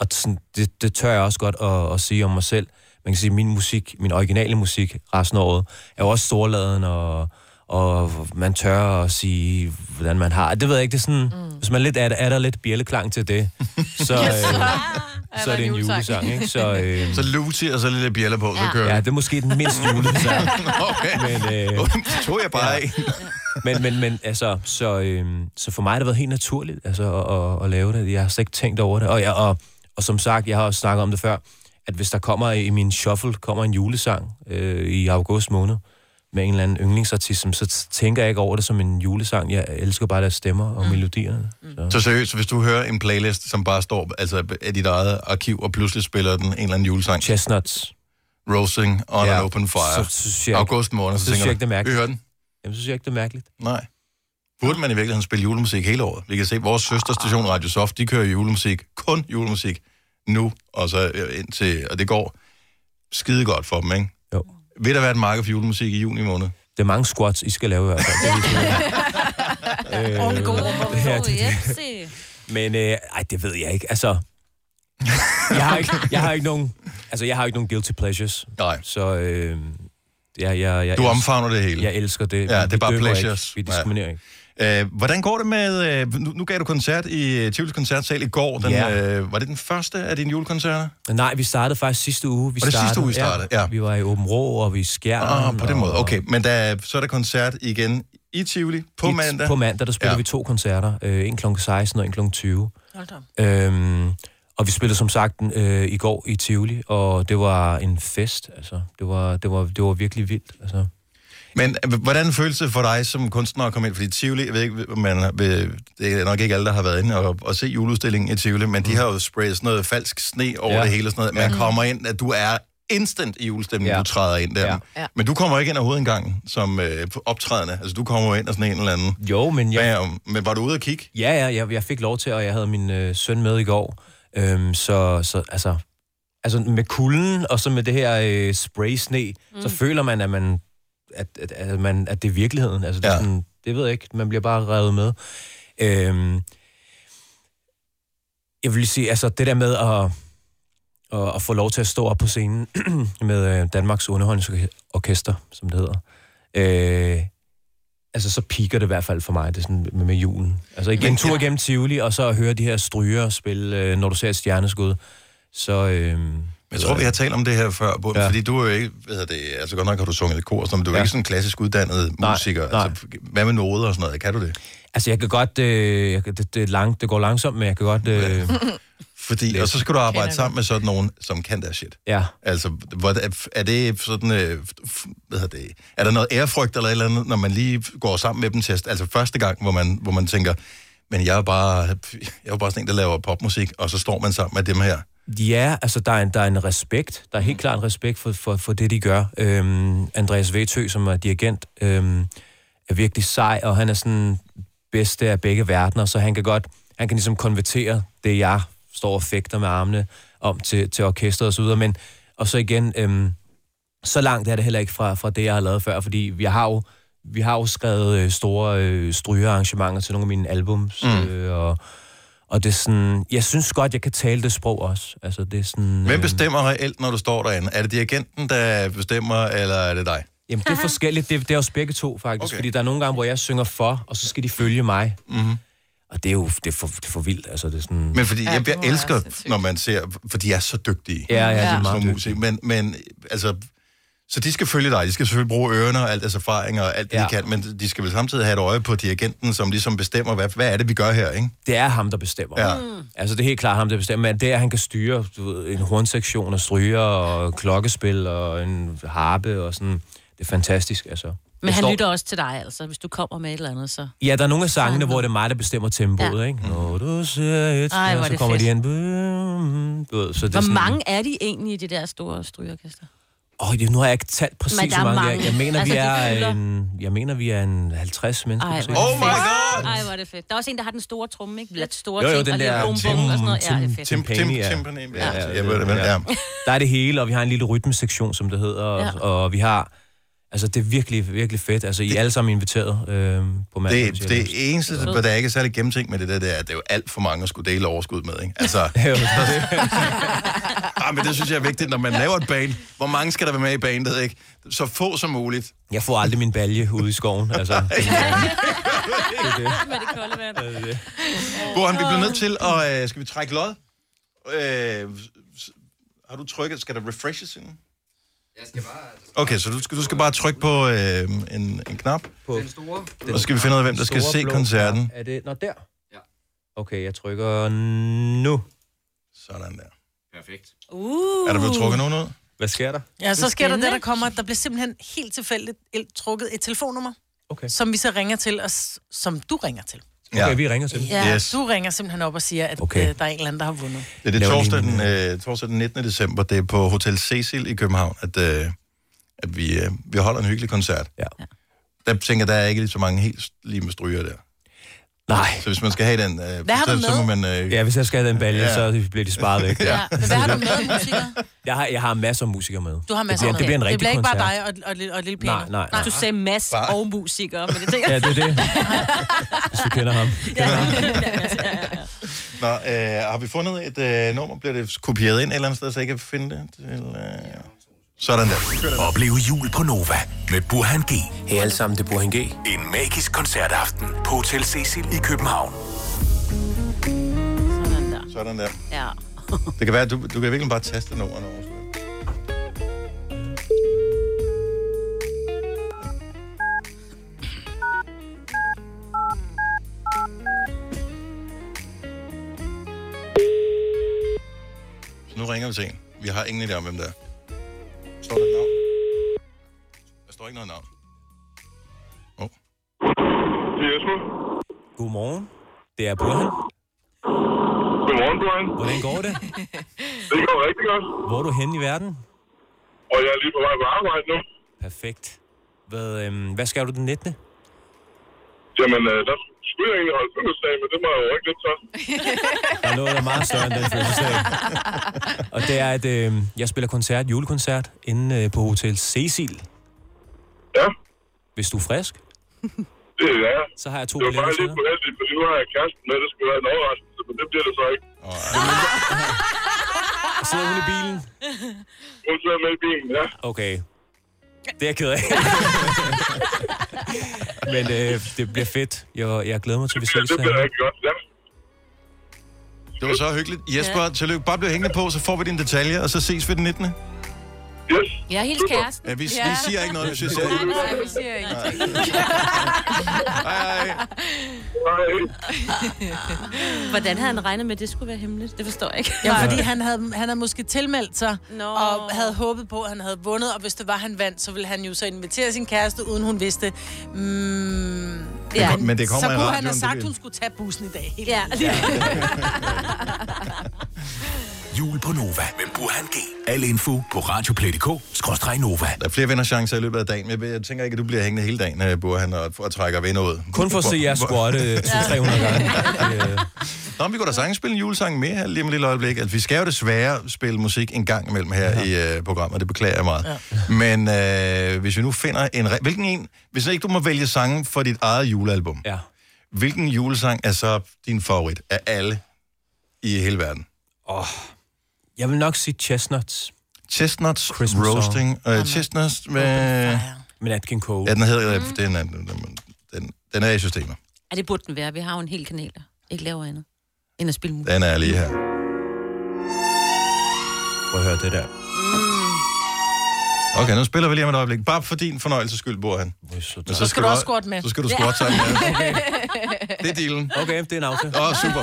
Og sådan, det, det tør jeg også godt at, at sige om mig selv. Man kan sige, at min musik, min originale musik resten af året, er jo også storladen, og, og man tør at sige, hvordan man har. Det ved jeg ikke, det er sådan, mm. hvis man lidt er, er der lidt bjælleklang til det, så, øh, så er det en julesang. Ikke? Så, øh,
Så luti og så lidt bjæller på, så kører
ja,
ja.
det er måske den mindst julesang.
Okay,
Men, øh,
så tog jeg bare af.
men, men, men altså, så, øhm, så for mig har det været helt naturligt altså, at, at, at lave det. Jeg har slet ikke tænkt over det. Og, jeg, og, og som sagt, jeg har også snakket om det før, at hvis der kommer i min shuffle, kommer en julesang øh, i august måned med en eller anden yndlingsartist, som- så t- tænker jeg ikke over det som en julesang. Jeg elsker bare deres stemmer og mm. melodierne. Så.
Så seriøst, hvis du hører en playlist, som bare står altså, af dit eget arkiv, og pludselig spiller den en eller anden julesang,
Chestnuts.
Roasting on
Ja,
an Open Fire,
så synes jeg ikke-
august måned, så,
så synes
tænker
jeg ikke, det er
du, vi
mærkeligt."
hører den.
Jamen, så synes jeg ikke, det er mærkeligt.
Nej. Burde man i virkeligheden spille julemusik hele året? Vi kan se, vores søsterstation Radio Soft, de kører julemusik, kun julemusik, nu og så øh, indtil, og det går skide godt for dem, ikke?
Jo.
Vil der være et marked for julemusik i juni måned?
Det er mange squats, I skal lave i hvert fald. Det er ligesom-
Åh, det gode rum, hvor vi
Ja,
får
det-
i Epsi.
Men øh, ej, det ved jeg ikke. Altså, jeg har ikke, jeg har ikke nogen, altså, jeg har ikke nogen guilty pleasures.
Nej.
Så øh, jeg, jeg, jeg,
Du
elsker-
omfavner det hele.
jeg elsker det.
Ja,
Vi-
det er
vi
bare
dømmer
pleasures.
Ikke. Vi diskriminerer ikke.
Øh, hvordan går det med... Øh, nu, nu gav du koncert i øh, Tivolis Koncertsal i går. Den,
Ja.
øh, var det den første af dine julekoncerter?
Nej, vi startede faktisk sidste uge. Vi
Var det sidste uge, I startede? Ja.
Vi var i Åben Rå, og vi skær.
Ah, på den måde. Okay, men der, så er der koncert igen i Tivoli på mandag.
På mandag, der spiller
Ja.
ja. vi to koncerter. Øh, en kl. 16 og en kl. 20.
Hold da op.
Øhm, og vi spillede som sagt øh, i går i Tivoli, og det var en fest. Altså, det var, det var, det var virkelig vildt. Altså.
Men øh, hvordan føles det for dig som kunstner at komme ind? Fordi Tivoli, jeg ved ikke, om man, ved, det er nok ikke alle, der har været inde og, og se juleudstillingen i Tivoli, men de har jo sprayet sådan noget falsk sne over
Mm. Ja.
det hele. og Sådan noget. Man kommer ind, at du er instant i julestemningen, ja.
Ja.
du træder ind der. Ja.
Ja.
Ja.
Men du kommer ikke ind overhovedet engang som øh, optrædende. Altså, du kommer jo ind og sådan en eller anden.
Jo, men jeg,
Ja. Men var du ude at kigge?
Ja, ja, jeg, jeg fik lov til, og jeg havde min øh, søn med i går. Øhm, så, så altså, altså med kulden og så med det her øh, spray-sne, mm. så føler man, at, man at, at, at, man, at det er virkeligheden. Altså, det, er
Ja.
sådan, det ved jeg ikke, man bliver bare revet med. Øhm, jeg vil lige sige, altså det der med at, at, at få lov til at stå op på scenen med øh, Danmarks Underholdningsorkester, som det hedder, øh, altså så piker det i hvert fald for mig, det er sådan med, med julen. Altså igen, en tur gennem Tivoli, og så at høre de her stryger spille, øh, når du ser et stjerneskud, så... Øh,
Jeg tror, vi har talt om det her før, Bo, ja.
Ja.
fordi du er jo ikke, hvad hedder det, altså godt nok har du sunget i kor, og sådan noget, men du er ja.
Ja.
ikke sådan en klassisk uddannet
Nej,
musiker.
nej.
Altså, hvad med noder og sådan noget? Kan du det?
Altså jeg kan godt... Øh, jeg, kan- det, det, er langt, det går langsomt, men jeg kan godt... Øh,
Fordi, og så skal du arbejde sammen med sådan nogen, som kan der shit.
ja.
Altså, hvor, er det sådan, øh, f- hvad hedder det, er der noget ærefrygt eller et eller andet, når man lige går sammen med dem til, at- altså første gang, hvor man, hvor man tænker, men jeg er bare, jeg er jo bare sådan en, der laver popmusik, og så står man sammen med dem her.
Ja, altså der er, en, der er en respekt. Der er helt klart en respekt for, for, for det, de gør. Øhm, Andreas Vetø, som er dirigent, øhm, er virkelig sej, og han er sådan bedste af begge verdener, så han kan godt, han kan ligesom konvertere det, jeg står og fægter med armene om til, til orkestret og så videre. Men, og så igen, øhm, så langt er det heller ikke fra, fra det, jeg har lavet før, fordi jeg har jo vi har jo skrevet øh, store øh, strygearrangementer til nogle af mine albums,
Mm.
mm. øh, og, og det er sådan, jeg synes godt, jeg kan tale det sprog også. Altså, det er sådan,
Hvem
øh,
bestemmer reelt, når du står derinde? Er det dirigenten, der bestemmer, eller er det dig?
Jamen, det er forskelligt. Det, det er også begge to, faktisk.
Okay.
Okay. Fordi der er nogle gange, hvor jeg synger for, og så skal de følge mig.
Mhm.
Og det er jo det er for, det er for vildt. Altså, det er sådan...
Men fordi
Ja,
jeg, jeg
det må være
elsker,
sindssygt.
når man ser, for de er så dygtige.
Ja, ja, de er
Sådan
meget
nogle
dygtige.
musikere. Men, men altså, så de skal følge dig. De skal selvfølgelig bruge ørerne og alt deres erfaringer og alt det, ja.
Ja.
de kan. Men de skal vel samtidig have et øje på dirigenten, som ligesom bestemmer, hvad, hvad er det, vi gør her, ikke?
det er ham, der bestemmer.
Ja.
Altså, det er helt klart ham, der bestemmer. Men det er, at han kan styre du ved, en hornsektion og stryger og klokkespil og en harpe og sådan. Det er fantastisk, altså.
Men
Jeg
han
står-
lytter også til dig, altså. Hvis du kommer med et eller andet, så...
Ja, der er nogle af sangene, hvor det er mig, der bestemmer tempoet, ja. ikke? Når du ser et
Ej, hvor er
stjerne, så
det
kommer
fedt.
de ind. Du ved, så det er
Hvor
sådan,
mange er de egentlig i det der store strygeorkester?
Åh, oh, nu har jeg ikke talt præcis,
Men der er
hvor mange,
mange.
Jeg, jeg mener,
Altså,
vi
det
er
fylder.
en, jeg mener, vi er en 50 mennesker.
Ej,
på scenen.
hvor
Oh my god!
Ej, hvor er det fedt. Der er også en, der har den store tromme, ikke? Lidt store
Jo, jo,
ting,
den
og lidt
der
bum,
tim-
bum, og sådan noget. Ja, det er fedt.
Tim, tim,
Timpani, ja.
timpani. Ja,
Ja,
jeg ved det, men
ja.
ja.
Der er det hele, og vi har en lille rytmesektion, som det hedder, og,
Ja.
ja. og vi har... Altså, det er virkelig, virkelig fedt. Altså, I er alle sammen inviteret øh, på mandag. hvis I
Det,
har lyst.
det eneste, der er ikke er særlig gennemtænkt med det der, det er, at det er jo alt for mange at skulle dele overskud med, ikke? Altså,
Jo,
ah, men det synes jeg er vigtigt, når man laver et band. Hvor mange skal der være med i bandet, ikke? Så få som muligt.
jeg får aldrig min balje ude i skoven. Altså,
Med det kolde vand.
Burhan, vi bliver nødt til at... Øh, skal vi trække lod? Øh, s- har du trykket? Skal der refreshes inden?
Jeg skal bare...
Okay, så du skal, du skal bare trykke på øh, en, en knap,
Den store...
og så skal vi finde ud af, hvem der skal
Store
se
blå
koncerten.
knap. Er det... Nå, der.
Ja.
Okay, jeg trykker nu.
Sådan der.
Perfekt.
Uh.
Er der blevet trukket nogen ud?
Hvad sker der?
Ja, så sker der det,
spændende.
der kommer, at der bliver simpelthen helt tilfældigt el- trukket et telefonnummer,
Okay.
som vi så ringer til, og s- som du ringer til.
Okay, vi ringer til dem.
Ja,
Yes.
yes. du ringer simpelthen op og siger, at
Okay.
okay. øh, der er en eller anden, der har vundet.
Det er det
Laver lige
torsdag
en,
den, øh, torsdag den 19. december. Det er på Hotel Cecil i København, at, øh, at vi, øh, vi holder en hyggelig koncert.
Ja.
Der tænker jeg, der er ikke lige så mange helt lige med stryger der.
Nej.
Så hvis man skal have den, øh,
Hvad har
så,
du
så må man... Øh,
Ja, hvis jeg skal have den balje,
Ja.
ja. så bliver de sparet væk.
Ja. Men hvad har du med, musikere?
Jeg har, jeg har masser af musikere med.
Du har masser
det bliver,
med.
Det bliver en
det bliver
rigtig
ikke
koncert.
bare dig og, og, og, og et lille piano.
Nej, nej, nej.
Du sagde Mads og musikere, men det tænker
Ja,
jeg.
det er det. Hvis du kender ham.
Nå, øh, har vi fundet et øh, nummer? Bliver det kopieret ind et eller andet sted, så jeg kan finde det? Til, øh... Sådan der.
Mm. Oplev jul på Nova med Burhan G.
Hej alle sammen, det er Burhan G.
En magisk koncertaften på Hotel Cecil i København.
Sådan der.
Sådan der.
Ja.
Det kan være, at du, du kan virkelig bare taste nummerne over. Så nu ringer vi til en. Vi har ingen idé om, hvem det er. Står der et navn? Der står ikke noget navn. Åh. Oh.
Det er Jesper.
Godmorgen. Det er Burhan.
Godmorgen, Brian.
Hvordan går det?
Det går rigtig godt.
Hvor er du henne i verden?
Og jeg er lige på vej på arbejde nu.
Perfekt. Hvad, øhm, hvad skal du den 19.
Jamen, øh, der skulle jeg egentlig holde fødselsdag, men det må jeg jo ikke lidt så.
Der er noget, der er meget større end den fødselsdag. Og det er, at øhm, jeg spiller koncert, julekoncert, inde øh, på Hotel Cecil.
Ja,
Hvis du er frisk,
det er jeg.
så har jeg to
Det var
billetter
bare
til
lidt
dig.
uheldigt, fordi nu har jeg kæresten med, det skulle være en overraskelse, men det bliver det så ikke.
Sidder hun i
Ah.
bilen?
Hun sidder med i bilen, ja.
Okay. Det er jeg ked af. Men øh, det bliver fedt. Jeg, jeg glæder mig til, at vi
Ja,
ses
det bliver
herinde.
rigtig godt, ja.
Det var så hyggeligt. Jesper, ja. tillykke. Bare bliv hængende på, så får vi dine detaljer, og så ses vi den 19.
Yes.
Jeg er helt kæresten.
Ja, vi, ja. vi siger ikke noget, hvis vi ser det.
Nej, vi siger ikke.
Hej, hej.
Hej.
Hvordan havde han regnet med, at det skulle være hemmeligt? Det forstår jeg ikke.
Ja, fordi han havde, han havde måske tilmeldt sig,
Nå.
no. og havde håbet på, at han havde vundet, og hvis det var, han vandt, så ville han jo så invitere sin kæreste, uden hun vidste. Mm, ja.
men det kommer i
så kunne han
radioen,
have
det
sagt,
vil-
hun skulle tage bussen i dag. Helt
Ja, lige
Jul på Nova med Burhan G. Al info på radioplay.dk-nova.
Der er flere vinderchancer i løbet af dagen, men jeg tænker ikke, at du bliver hængende hele dagen, øh, Burhan, og, og trækker vinder ud.
Kun for at se jer squatte 200-300 gange. øh,
Nå, men vi kunne da sagtens spille en julesang mere her lige om et lille øjeblik. Altså, vi skal jo desværre spille musik en gang imellem her ja. i øh, programmet, det beklager jeg meget. Ja. Men øh, hvis vi nu finder en... re- Hvilken en... Hvis ikke du må vælge sangen for dit eget julealbum,
Ja.
hvilken julesang er så din favorit af alle i hele verden?
Jeg vil nok sige chestnuts,
Chestnuts
Christmas song.
Roasting. Øh, chestnuts med...
men Atkin Cole.
Ja, den hedder... Mm. Den, er, den, den, den er i systemet.
Ja, det burde den være. Vi har jo en hel kanal, der ikke laver andet end at spille musik.
Den er lige her.
Prøv at høre det der.
Okay, nu spiller vi lige om et øjeblik. Bare for din fornøjelses skyld, bor han.
Hvor er så
Men
dejligt.
Så skal du også squat med.
Så skal du squat sammen med. Okay. Det er dealen.
Okay, det er en aftale.
Åh, oh, super.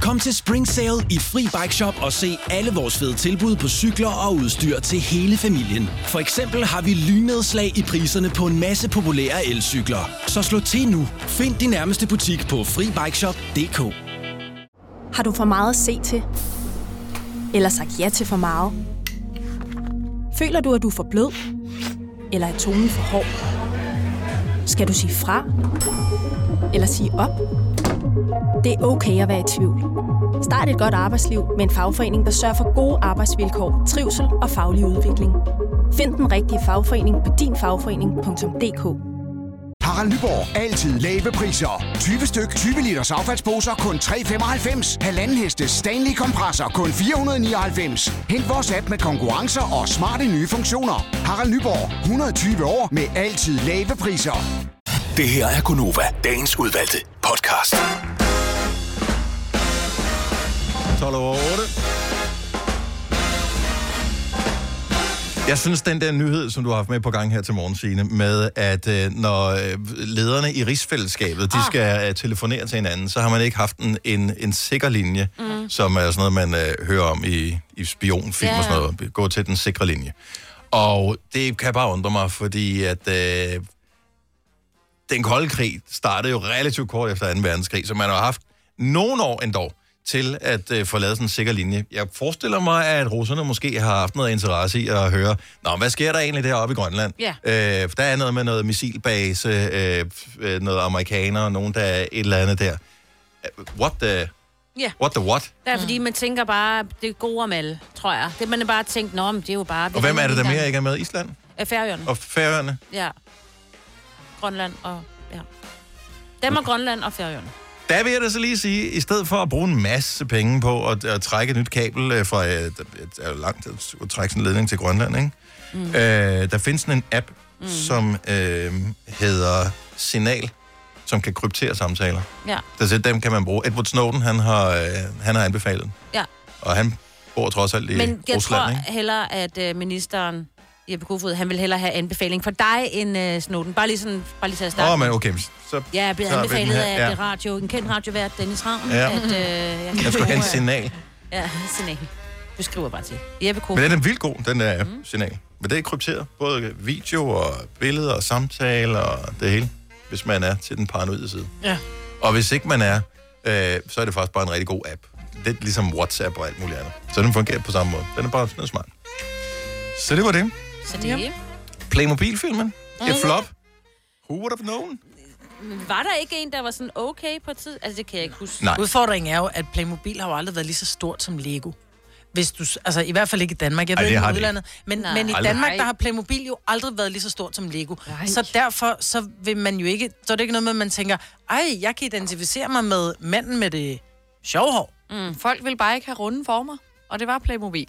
Kom til Spring Sale i Fri Bike Shop og se alle vores fede tilbud på cykler og udstyr til hele familien. For eksempel har vi lynedslag i priserne på en masse populære elcykler. Så slå til nu. Find din nærmeste butik på FriBikeShop.dk
Har du for meget at se til? Eller sagt ja til for meget? Føler du, at du er for blød? Eller er tonen for hård? Skal du sige fra? Eller sige op? Det er okay at være i tvivl. Start et godt arbejdsliv med en fagforening, der sørger for gode arbejdsvilkår, trivsel og faglig udvikling. Find den rigtige fagforening på dinfagforening.dk
Harald Nyborg. Altid lave priser. 20 styk, 20 liters affaldsposer kun 3,95. Halvanden heste Stanley kompresser kun 499. Hent vores app med konkurrencer og smarte nye funktioner. Harald Nyborg. 120 år med altid lave priser. Det her er Gunova, dagens udvalgte podcast.
12 over 8. Jeg synes, den der nyhed, som du har haft med på gang her til morgen, Signe, med at øh, når øh, lederne i rigsfællesskabet, de skal øh, telefonere til hinanden, så har man ikke haft en, en, en sikker linje, mm. som er sådan noget, man øh, hører om i, i spionfilm yeah. og sådan noget. Gå til den sikre linje. Og det kan bare undre mig, fordi at øh, den kolde krig startede jo relativt kort efter 2. verdenskrig, så man har haft nogle år endda til at øh, få lavet sådan en sikker linje. Jeg forestiller mig, at russerne måske har haft noget interesse i at høre, Nå, hvad sker der egentlig deroppe i Grønland?
Ja.
Øh, for der er noget med noget missilbase, øh, øh, noget amerikanere, nogen der er et eller andet der. Øh, What the...
Ja.
What the what?
Det er fordi, man tænker bare, det er gode om alle, tror jeg. Det man er bare tænkt, nå, men det er jo bare...
Og hvem er det, der mere ikke er med? Island
Er Færøerne,
og Færøerne?
ja. Grønland og... Ja. Danmark, Grønland og Færøerne.
Der vil jeg da så lige sige, i stedet for at bruge en masse penge på at, at trække et nyt kabel øh, fra, øh, der- det er jo langt at, at trække sådan en ledning til Grønland, ikke? Mm. Øh, der findes sådan en app, mm. som øh, hedder Signal, som kan kryptere samtaler.
Ja,
Altså, dem kan man bruge. Edward Snowden, han har, øh, han har anbefalet den,
ja.
og han bor trods alt i
Men jeg
Rusland,
tror
ikke?
hellere, at øh, ministeren Jeppe Kofod, han vil hellere have anbefaling for dig end øh, Snowden. Bare lige sådan, bare lige til at
Åh,
starte.
oh, men okay, så...
Ja, jeg er blevet
så er vi den
anbefalet
her,
af
ja.
ja. radio, en kendt radiovært, Dennis Ravn,
Ja.
ja. at øh, jeg, kan
Jeg skulle have en
bruge-
signal.
Ja, signal. Du skriver bare til. Jeppe Kofod.
Men den er vildt god, den der app, signal. Men det er krypteret. Både video og billeder og samtaler og det hele, hvis man er til den paranoide side.
Ja.
Og hvis ikke man er, øh, så er det faktisk bare en rigtig god app. Lidt ligesom WhatsApp og alt muligt andet. Så den fungerer på samme måde. Den er bare den er smart. Så det var det.
Så det ja.
Playmobil-filmen. Et flop. Who would have known?
var der ikke en, der var sådan okay på tid? Altså, det kan jeg ikke huske.
Nej.
Udfordringen er jo, at Playmobil har jo aldrig været lige så stort som Lego. Hvis du, s- altså i hvert fald ikke i Danmark, jeg
Ej,
ved
det
ikke
har
i
det
udlandet, men,
Nej.
men i
Aldrig.
Danmark, der har Playmobil jo aldrig været lige så stort som Lego.
Nej.
Nej. Så derfor, så vil man jo ikke, så er det ikke noget med, at man tænker, ej, jeg kan identificere mig med manden med det sjove hår.
Folk vil bare ikke have runde former, og det var Playmobil.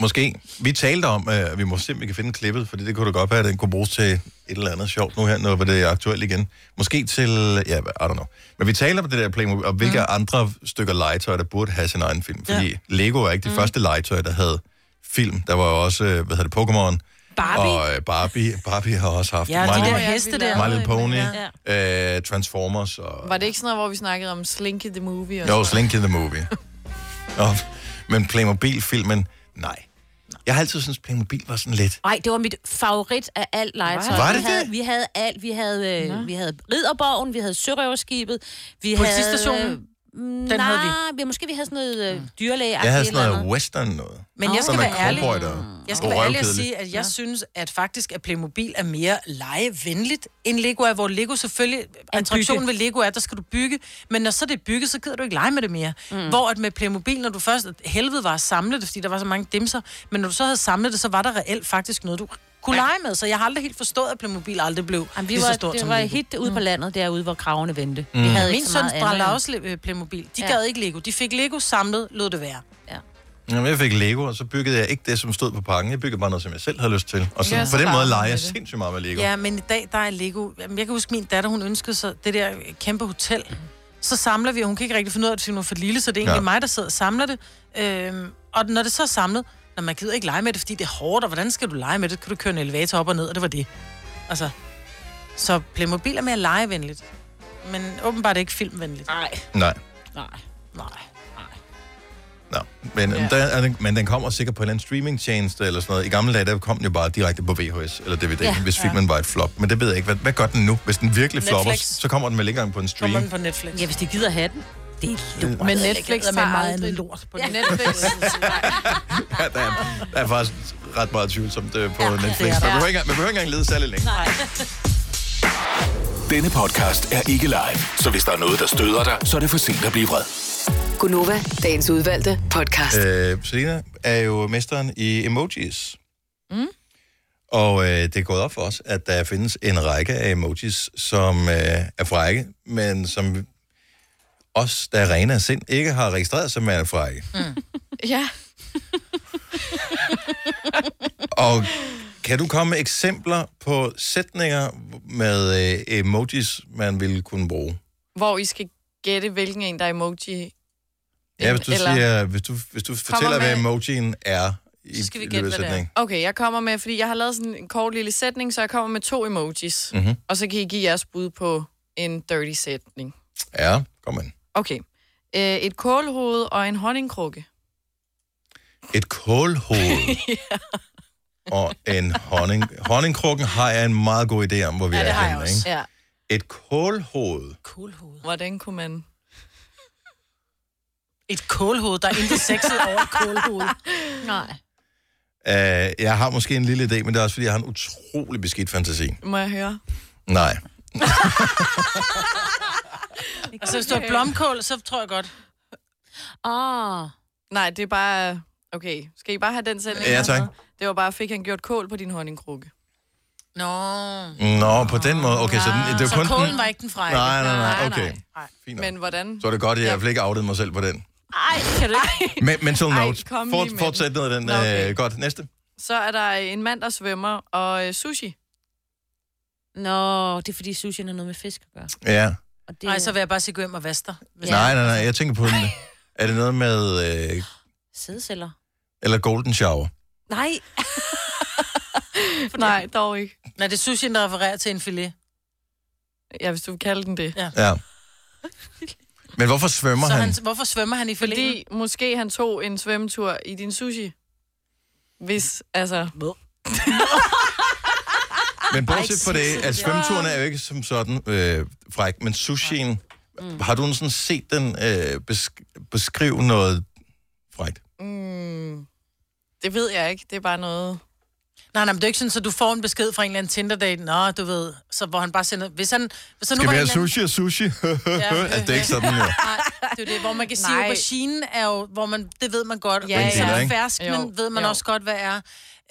Måske. Vi talte om, øh, at vi må se, om vi kan finde klippet, fordi det kunne da godt være, at den kunne bruges til et eller andet sjovt nu her, når det er aktuelt igen. Måske til, ja, I don't know. Men vi taler om det der Playmobil, og hvilke mm. andre stykker legetøj, der burde have sin egen film. Fordi ja. Lego er ikke det mm. første legetøj, der havde film. Der var jo også, øh, hvad hedder det, Pokémon,
Barbie.
Og øh, Barbie, Barbie har også haft
Ja, de
My
der
Little-
heste der.
My Little Pony, ja. øh, Transformers og
Var det ikke sådan noget, hvor vi snakkede om Slinky the Movie? Og
Jo,
sådan noget?
Slink in the Movie. Nå, men Playmobil-filmen, nej. Jeg har altid syntes, Playmobil var sådan lidt...
Nej, det var mit favorit af alt legetøj.
Var det
vi havde, Vi havde alt. Vi havde, øh, vi havde Ridderborgen, vi havde Sørøverskibet. Vi
Politistationen?
Havde, øh, mm,
Den
nej,
havde
vi. måske vi havde sådan noget øh, dyrlæge.
Jeg havde sådan noget western noget.
Men jeg skal
Som er
være ærlig.
cowboy, der-
Jeg skal
og
være ærlig og
røvkedelig.
sige, at jeg ja. synes, at faktisk, at Playmobil er mere legevenligt end Lego er, hvor Lego selvfølgelig, attraktionen ved Lego er, der skal du bygge, men når så det er bygget, så gider du ikke lege med det mere. Mm. Hvor at med Playmobil, når du først, helvede var at samle det, fordi der var så mange dimser, men når du så havde samlet det, så var der reelt faktisk noget, du kunne lege med, så jeg har aldrig helt forstået, at Playmobil aldrig blev
Jamen, vi
lige
var,
så stort
det
som
var
Lego.
hit ude på landet, derude, hvor kravene vendte.
Mm.
Vi havde
Min
ikke så
søns
meget andet.
brændte også øh, Playmobil. De
Ja.
ja. gad ikke Lego. De fik Lego samlet, lod det være.
Jamen, jeg fik Lego, og så byggede jeg ikke det, som stod på pakken. Jeg byggede bare noget, som jeg selv havde lyst til. Og så,
Ja,
på
så
den
bare
måde
sådan
leger
er
jeg
det.
sindssygt meget med Lego.
Ja, men i dag, der er Lego. Jamen, Jeg kan huske, min datter, hun ønskede sig det der kæmpe hotel. Så samler vi, og hun kan ikke rigtig finde ud af, at hun er for lille, så det er egentlig
Ja.
ja. mig, der sidder og samler det. Øhm, og når det så er samlet, når man gider ikke lege med det, fordi det er hårdt, og hvordan skal du lege med det? Kan du køre en elevator op og ned, og det var det. Altså, så Playmobil er mere legevenligt. Men åbenbart ikke filmvenligt. Nej.
Nej.
Nej. Nej.
Men, ja. der, er den, men den kommer sikkert på en eller anden streamingtjeneste eller sådan noget. I gamle dage, der kom den jo bare direkte på VHS eller DVD, ja.
Ja.
hvis
Ja.
filmen var et flop. Men det ved jeg ikke. Hvad, hvad gør den nu? Hvis den virkelig
Netflix.
flopper, så kommer den vel ikke engang på en stream.
på Netflix.
Ja, hvis de gider have den. Det er lort.
Men Netflix
Jeg gider
har
med meget
aldrig-
andet
lort på
ja.
Netflix.
Ja, der, er, der er faktisk ret meget tvivlsomt øh, på ja, Netflix.
det er
Man
der.
behøver, ikke, man behøver ikke engang lede særlig længe.
Nej.
Denne podcast er ikke live, så hvis der er noget, der støder dig, så er det for sent at blive vred.
Gunova, dagens udvalgte podcast.
Øh, Selina er jo mesteren i emojis.
Mm.
Og øh, det er gået op for os, at der findes en række af emojis, som øh, er frække, men som os, der er rene af sind, ikke har registreret som værende frække.
Ja.
Og kan du komme med eksempler på sætninger med øh, emojis, man ville kunne bruge?
Hvor I skal gætte, hvilken en, der er emoji.
Ja, hvis du,
Eller-
siger, hvis du, hvis du fortæller, hvad
med-
emojien er i
Så skal vi
i
gætte,
løbet af
hvad det er.
sætningen.
Okay, jeg kommer med, fordi jeg har lavet sådan en kort lille sætning, så jeg kommer med to emojis.
Mhm.
Og så kan I give jeres bud på en dirty sætning.
Ja, kom ind.
Okay. Øh, et kålhoved og en honningkrukke.
Et kålhoved og en honning. Honningkrukken har jeg en meget god idé om, hvor vi er henne, ikke?
Ja.
Et kålhoved.
Hvordan kunne man...
Et kålhoved, der er intet sexet over et kålhoved.
Nej.
Uh, jeg har måske en lille idé, men det er også, fordi jeg har en utrolig beskidt fantasi.
Må jeg høre?
Nej.
Altså, hvis du har blomkål, så tror jeg godt.
Åh. Oh.
Nej, det er bare... Okay, skal I bare have den sætning?
Ja,
jeg
tak.
havde? Det var bare, fik han gjort kål på din honningkrukke. Nå.
Nå, på den måde. Okay, så, den, det er
Altså,
Ah, Så
kun
kålen
den...
var ikke den frække?
Nej, nej, nej.
Nej,
Okay.
Men hvordan...
Så er det godt, at jeg i hvert fald ikke outede mig selv på den.
Ej, kan du ikke?
Men, mental
Ej,
note.
kom lige
Fort,
med den.
fortsæt ned ad den.
Nå, okay.
Øh, godt. Næste.
Så er der en mand, der svømmer, og øh, sushi.
Nå, det er fordi sushi har noget med fisk at gøre.
Ja.
Og det...
Nej, så vil jeg bare sige, gå hjem og vaske dig. hvis-
Nej, nej, nej. Jeg tænker på den. Er det noget med... Øh,
Sædceller.
eller golden shower?
Nej.
Nej, dog ikke.
Nej, det er sushien, der refererer til en filet.
Ja, hvis du vil kalde den det.
Ja.
Ja. Men hvorfor svømmer
Så
han?
han, hvorfor svømmer han i
Fordi
fileten?
måske han tog en svømmetur i din sushi. Hvis, altså... Hvad?
Ah,
Men
Ej,
bortset fra det,
sushi.
at svømmeturen er jo ikke som sådan øh, fræk, men sushien, mm. har du sådan set den øh, besk- beskrive noget frækt?
Mm, det ved jeg ikke. Det er bare noget...
Nej, nej, men det er ikke sådan, så du får en besked fra en eller anden Tinder-date. Nå, du ved, så hvor han bare sender... Hvis han... Hvis han
Skal vi
var
have
en eller anden-
sushi og sushi? altså, det er ikke sådan, jo.
Nej, det er jo det, hvor man kan sige,
Nej.
at aubergine er jo, hvor man, det ved man godt.
Ja,
Ja,
ja.
så
Den
er
ikke?
fersknen,
Jo,
ved man
jo.
jo. også godt, hvad er.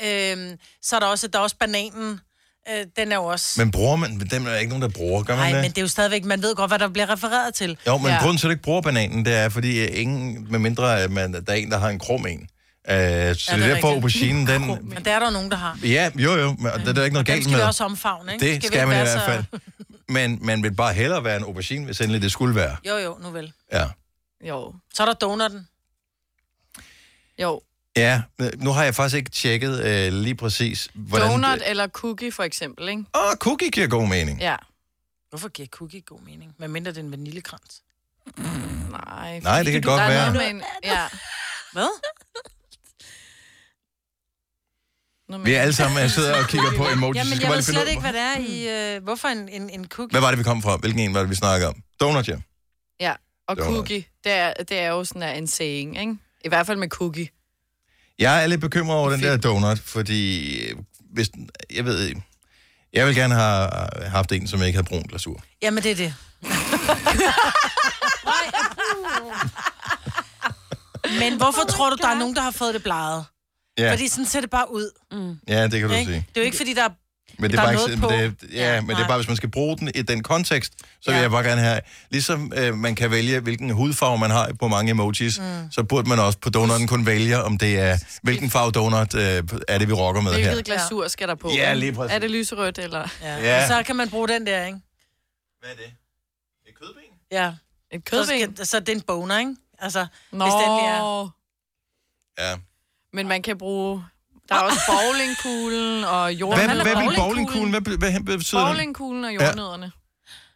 Øhm, så er der også, der er også bananen. Øh, den er jo også...
Men bruger man, dem er der ikke nogen, der bruger, gør man
Nej,
det?
men det er jo stadigvæk, man ved godt, hvad der bliver refereret til.
Jo, men ja. grunden til, at du ikke bruger bananen, det er, fordi øh, ingen, med mindre at man, der er en, der har en krum en. Øh, så det
Ja, er
er derfor,
rigtigt.
auberginen, den,
Men der er der jo nogen, der har.
Ja, jo jo, men det er der ikke noget
Den
galt
skal
med.
vi også omfavne, ikke?
Det
vi
skal
ikke
man i
være
hvert
så-
fald. Men man vil bare hellere være en aubergine, hvis endelig det skulle være.
Jo, jo, nu vel.
Ja.
Jo.
Så er der donutten.
Jo.
Ja, nu har jeg faktisk ikke tjekket øh, lige præcis, hvordan...
Donut det... eller cookie, for eksempel, ikke?
Åh, cookie giver god mening.
Ja.
Hvorfor giver cookie god mening? Hvad mindre den vaniljekrans?
Nej,
Nej, det kan godt være.
Men, ja. Hvad?
Vi er alle sammen jeg sidder og kigger på emojis.
Ja,
så
men
skal
jeg
bare lige
ved
finde
slet
ud- Hmm.
ikke, hvad det er i... Øh, hvorfor en, en, en cookie?
Hvad var det, vi kom fra? Hvilken en var det, vi snakkede om? Donut, ja.
Ja, og
Donut.
cookie, det er, det er jo sådan der en saying, ikke? I hvert fald med cookie.
Jeg er lidt bekymret over den der donut, fordi... øh, Hvis, den- jeg ved ikke. Jeg vil gerne have have haft en, som ikke havde brun glasur.
Jamen, det er det. Nej, puh. men hvorfor oh tror du, der er nogen, der har fået det bleget?
Ja.
Fordi sådan ser det bare ud. Mm.
Ja, det kan du
ikke?
sige.
Det er jo ikke, fordi der er,
Men det
der
er,
er
bare
noget
ikke,
på.
men det, ja, men det er
nej.
bare, hvis man skal bruge den i den kontekst, så vil
Ja.
jeg bare gerne have, ligesom øh, man kan vælge, hvilken hudfarve man har på mange emojis, mm. så burde man også på donutten kunne vælge, om det er, hvilken farve donut øh, er det, vi rocker med her.
Hvilket glasur skal der på?
Ja,
ikke?
lige præcis.
Er det lyserødt, eller?
Ja.
Ja.
Og så kan man bruge den der, ikke? Hvad er det?
Et
kødben? Ja.
kødben?
Så, skal, så er det en boner, ikke? Altså,
Nå.
hvis den er...
Ja.
Men man kan bruge... Der er også bowlingkuglen og
Hvad,
jordnødderne.
hvad, hvad vil bowlingkuglen? Hvad, hvad, hvad betyder den?
Bowlingkuglen og jordnødderne.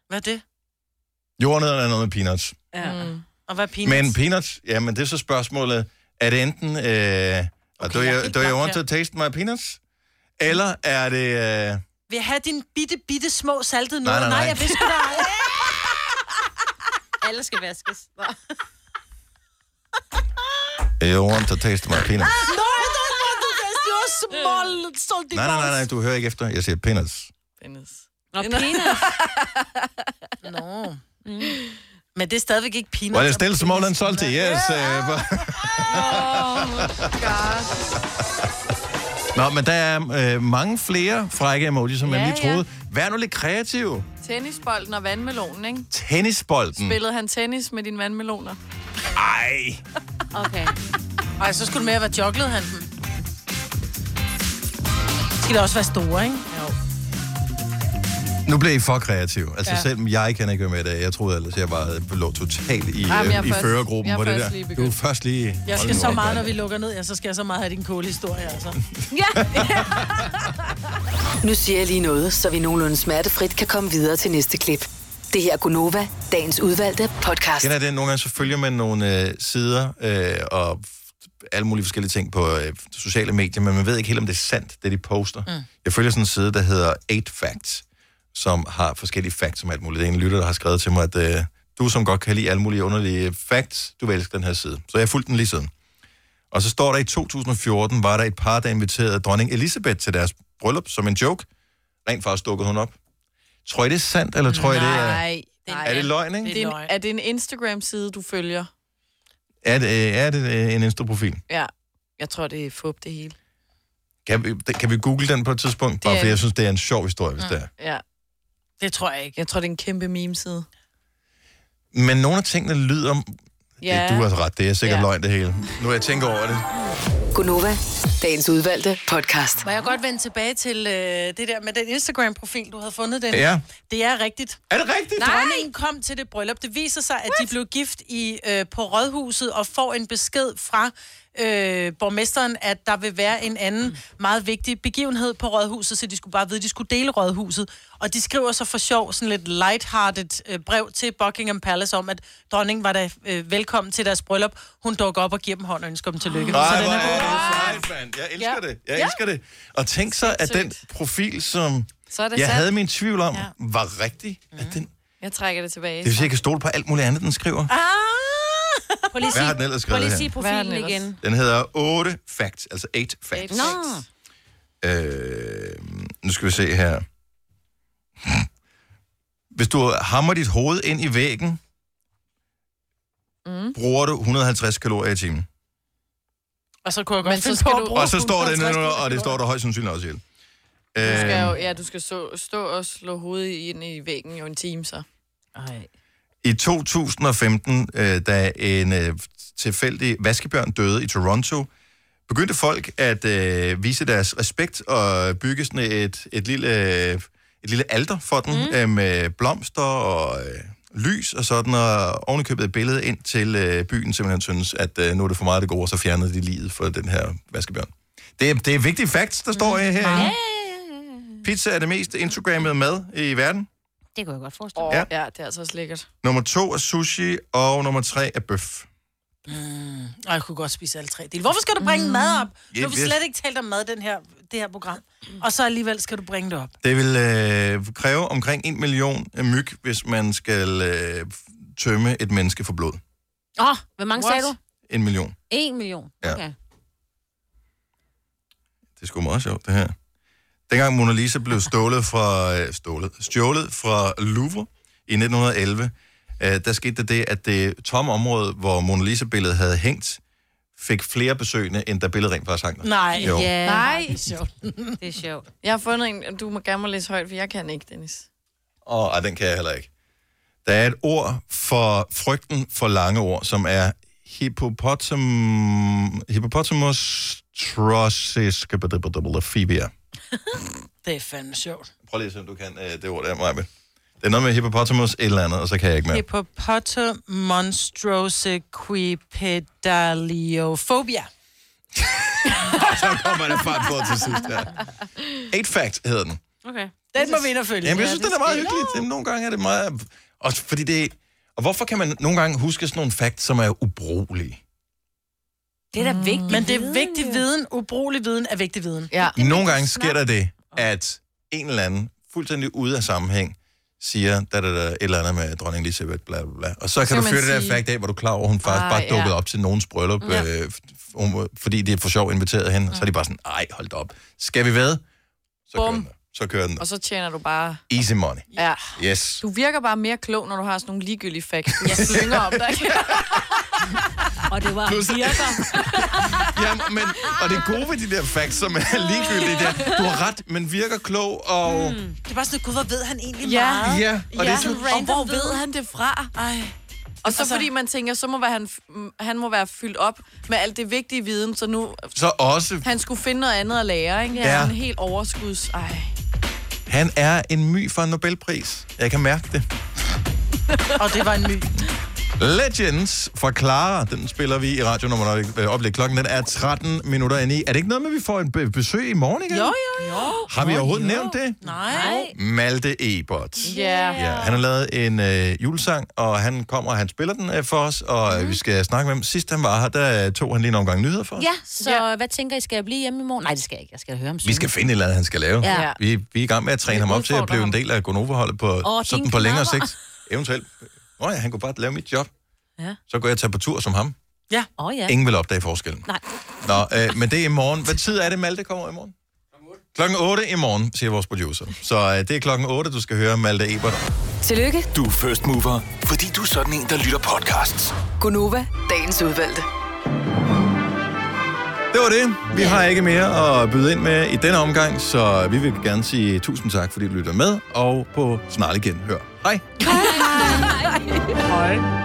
Hvad er det?
Jordnødderne er noget med peanuts.
Ja. Mm. Og hvad er peanuts?
Men peanuts, ja, men det er så spørgsmålet, er det enten, øh, okay, do, you,
jeg er helt
do you
blank
want
her.
to taste my peanuts? Eller er det, øh,
Vil jeg have dine bitte, bitte små saltede
Nej,
noget?
nej, nej.
jeg vidste sgu da. Alle skal vaskes.
Eh, you want to taste my peanuts?
No, I don't want to taste your small salty
Nej, nej, nej, nej, du hører ikke efter. Jeg siger peanuts.
Nå, peanuts. Nå. Mm. Men det er stadigvæk ikke peanuts.
Well, it's still small and salty, yes. øh, but-
Oh my god.
Nå, men der er øh, mange flere frække emojis, som
Ja,
man lige
ja.
troede. Vær nu lidt kreativ.
Tennisbolden og vandmelonen, ikke?
Mm. Tennisbolden.
Spillede han tennis med dine vandmeloner?
Ej.
Okay.
Ej, så skulle det mere være jogglede han den. Skal det også være store, ikke? Jo.
Nu blev I for kreativ. Altså,
Ja.
ja. selv jeg kan ikke være med i dag. Jeg troede ellers, jeg bare lå totalt i,
Ej, men jeg er
Ej, i
først- jeg
førergruppen
er
på det
først lige
der. Du
begyndt.
er først lige...
Jeg
Hold
skal
nu
så
op,
meget,
mand.
når vi lukker ned, ja, så skal jeg så meget have din cool historie, altså.
Nu siger jeg lige noget, så vi nogenlunde smertefrit kan komme videre til næste klip. Det her er Gunova, dagens udvalgte podcast.
Kender jeg det? Nogle gange så følger man nogle øh, sider øh, og f- alle mulige forskellige ting på øh, sociale medier, men man ved ikke helt, om det er sandt, det de poster. Mm. Jeg følger sådan en side, der hedder 8 Facts, som har forskellige facts om alt muligt. Det er en lytter, der har skrevet til mig, at øh, du som godt kan lide alle mulige underlige facts, du vil elske den her side. Så jeg fulgte den lige siden. Og så står der, i 2014 var der et par, der inviterede dronning Elisabeth til deres bryllup som en joke. Rent faktisk dukkede hun op. Tror I, det er sandt, eller tror I, det er...
Nej.
Er det løgn, ikke?
Det er, en, er det en Instagram-side, du følger?
Er det, er det øh, en Insta-profil?
Ja. Jeg tror, det er fup det hele.
Kan vi, kan vi google den på et tidspunkt? Bare
Det er-
fordi jeg synes, det er en sjov historie, hvis det er.
Ja.
Det tror jeg ikke.
Jeg tror, det er en kæmpe meme-side.
Men nogle af tingene lyder...
Ja.
Ja. Det, du har altså ret, det er sikkert
Ja.
ja. løgn det hele. Nu er jeg tænker over det.
Gunova, dagens udvalgte podcast.
Må jeg godt vende tilbage til øh, det der med den Instagram-profil, du havde fundet den?
Ja.
Det er rigtigt.
Er det rigtigt?
Nej! Dronningen kom til det bryllup. Det viser sig, at de blev gift i øh, på Rådhuset og får en besked fra øh, borgmesteren, at der vil være en anden mm. meget vigtig begivenhed på Rådhuset, så de skulle bare vide, at de skulle dele Rådhuset. Og de skriver så for sjov sådan lidt lighthearted øh, brev til Buckingham Palace om, at dronningen var da øh, velkommen til deres bryllup. Hun dukker op og giver dem hånd og ønsker dem tillykke.
Nej,
så
Ah, hvor er
den god.
det sejt, mand. Jeg elsker ja. det. Jeg
Ja.
elsker det. Og tænk så, at den profil, som
Så er det
jeg
sandt.
havde min tvivl om, ja. var rigtig.
Jeg trækker det tilbage.
Det vil sige, jeg kan stole på alt muligt andet, den skriver.
Ah!
Prøv lige at
Hvad
sige-
har den ellers
Prøv
skrevet
lige at
her?
sige
Hvad har den
profilen
ellers?
igen.
Den hedder 8 Facts, altså 8 Facts.
Nå.
Øh, nu skal vi se her. Hvis du hammer dit hoved ind i væggen, mm. bruger du 150 kalorier i timen.
Og så kunne jeg godt
Men så
finde
skal
på
du-
at bruge
Og så står det
150
nu, og det står der højst sandsynligt også ihjel.
Du skal jo,
Øh,
ja, du skal så, stå og slå hovedet ind i væggen jo en time, så.
Ej.
I 2015, øh, da en øh, tilfældig vaskebjørn døde i Toronto, begyndte folk at øh, vise deres respekt og bygge sådan et, et, lille, et lille alter for den mm. øh, med blomster og øh, lys og sådan, og ovenikøbet et billede ind til øh, byen, simpelthen synes, at øh, nu er det for meget af det gode, og så fjernede de livet for den her vaskebjørn. Det er, det er vigtige facts, der står øh, her. Pizza er det mest Instagrammede mad i verden.
Det kunne jeg godt forestille
Åh,
Ja.
ja. ja, det er altså også lækkert.
Nummer to er sushi, og nummer tre er bøf.
Og jeg kunne godt spise alle tre dele. Hvorfor skal du bringe mad op? Nu har vi
Mm. Ja, vi-
slet ikke talt om mad den her, det her program. Og så alligevel skal du bringe det op.
Det vil øh, kræve omkring en million af myg, hvis man skal øh, tømme et menneske for blod.
Åh, oh, hvor mange sagde du?
En million.
En million.
Ja.
Okay.
Det er sgu meget sjovt, det her. Dengang Mona Lisa blev stjålet fra, øh, stjålet, stjålet fra Louvre i 1911, øh, der skete der det, at det tomme område, hvor Mona Lisa-billedet havde hængt, fik flere besøgende, end der billedet rent faktisk hang der. Jo.
Nej.
det
er sjovt.
det er sjovt.
Jeg har fundet en, du må gerne må læse højt, for jeg kan ikke, Dennis.
Og ej, den kan jeg heller ikke. Der er et ord for frygten for lange ord, som er hippopotam... hippopotamus trossis... fibia.
Det er fandme sjovt.
Prøv lige at se, om du kan øh, det ord der, Maja. Det er noget med hippopotamus et eller andet, og så kan jeg ikke mere.
Hippopotam monstrose quipedaliophobia.
så kommer der fart på til sidst her. Eight Fact hedder den.
Okay.
Den må vi ind og følge.
Jamen, jeg synes,
Ja,
den er meget
skal-
hyggelig. Jamen, nogle gange er det meget... Og, fordi det, og hvorfor kan man nogle gange huske sådan nogle facts, som er ubrugelige?
Det er da vigtigt.
Men det er vigtig viden. Ubrugelig viden er vigtig viden.
Ja.
Nogle gange sker der det, at en eller anden, fuldstændig ude af sammenhæng, siger da, da, da, et eller andet med dronning Elisabeth, bla, bla, bla. Og så kan
Så
du
kan
føre
man
det der
sige-
fakt af, hvor du er klar over, hun faktisk
Ej,
bare dukkede
ja.
op til nogens bryllup,
Ja.
øh, f- hun- fordi det er for sjov inviteret hende. Så er de bare sådan, ej, hold da op. Skal vi ved? Så kører
Bum.
den. Så kører den.
Og så tjener du bare...
Easy money.
Ja.
Yes.
Du virker bare mere klog, når du har sådan nogle ligegyldige facts. Jeg slynger om dig.
Mm. Og det var
Plus- Ja, men, og det gode ved de der facts, som er ligegyldige, det er, du har ret, men virker klog, og... Mm.
Det er bare sådan, gud, hvor ved han egentlig
Ja.
meget?
Ja, og det er sådan-
Og hvor ved han det fra? Ej. Og så
Altså-
fordi man tænker, så må være han, f- han må være fyldt op med alt det vigtige viden, så nu
Så også,
han skulle finde noget andet at lære, ikke?
Ja.
En helt overskuds... Ej.
han er en my for en Nobelpris. Jeg kan mærke det.
Og det var en my.
Legends fra Clara, den spiller vi i radio nummer øh, oplæg. Klokken den er 13 minutter inde i. Er det ikke noget med, at vi får en be- besøg i morgen igen?
Jo, jo, jo.
Har vi overhovedet nævnt det?
Nej.
Malte Ebert.
Ja.
Ja, han har lavet en øh, julesang, og han kommer, og han spiller den øh, for os, og øh, vi skal snakke med ham. Sidst han var her, der øh, tog han lige en omgang nyheder for os.
Mhm. Ja, så ja. hvad tænker I, skal jeg blive hjemme i morgen? Nej, det skal jeg ikke. Jeg skal høre om
Vi skal finde et eller andet, han skal lave.
Ja.
Vi, vi er i gang med at træne ham op til at blive en del af Gonova-holdet på,
Åh,
sådan
din
på længere
knapper.
sigt. Eventuelt. Nå ja, han kunne bare lave mit job.
Ja.
Så går jeg og tager på tur som ham.
Ja.
Åh oh, ja.
Ingen vil opdage forskellen.
Nej.
Nå, øh, men det er i morgen. Hvad tid er det, Malte kommer i morgen? Klokken 8 i morgen, siger vores producer. Så øh, det er klokken 8, du skal høre Malte Ebert.
Tillykke,
Du er first mover.
Fordi du er sådan en, der lytter podcasts.
Gunova, dagens udvalgte.
Det var det. Vi har ikke mere at byde ind med i denne omgang, så vi vil gerne sige tusind tak, fordi du lytter med, og på snart igen. Hør. Hej.
Hej. Hej.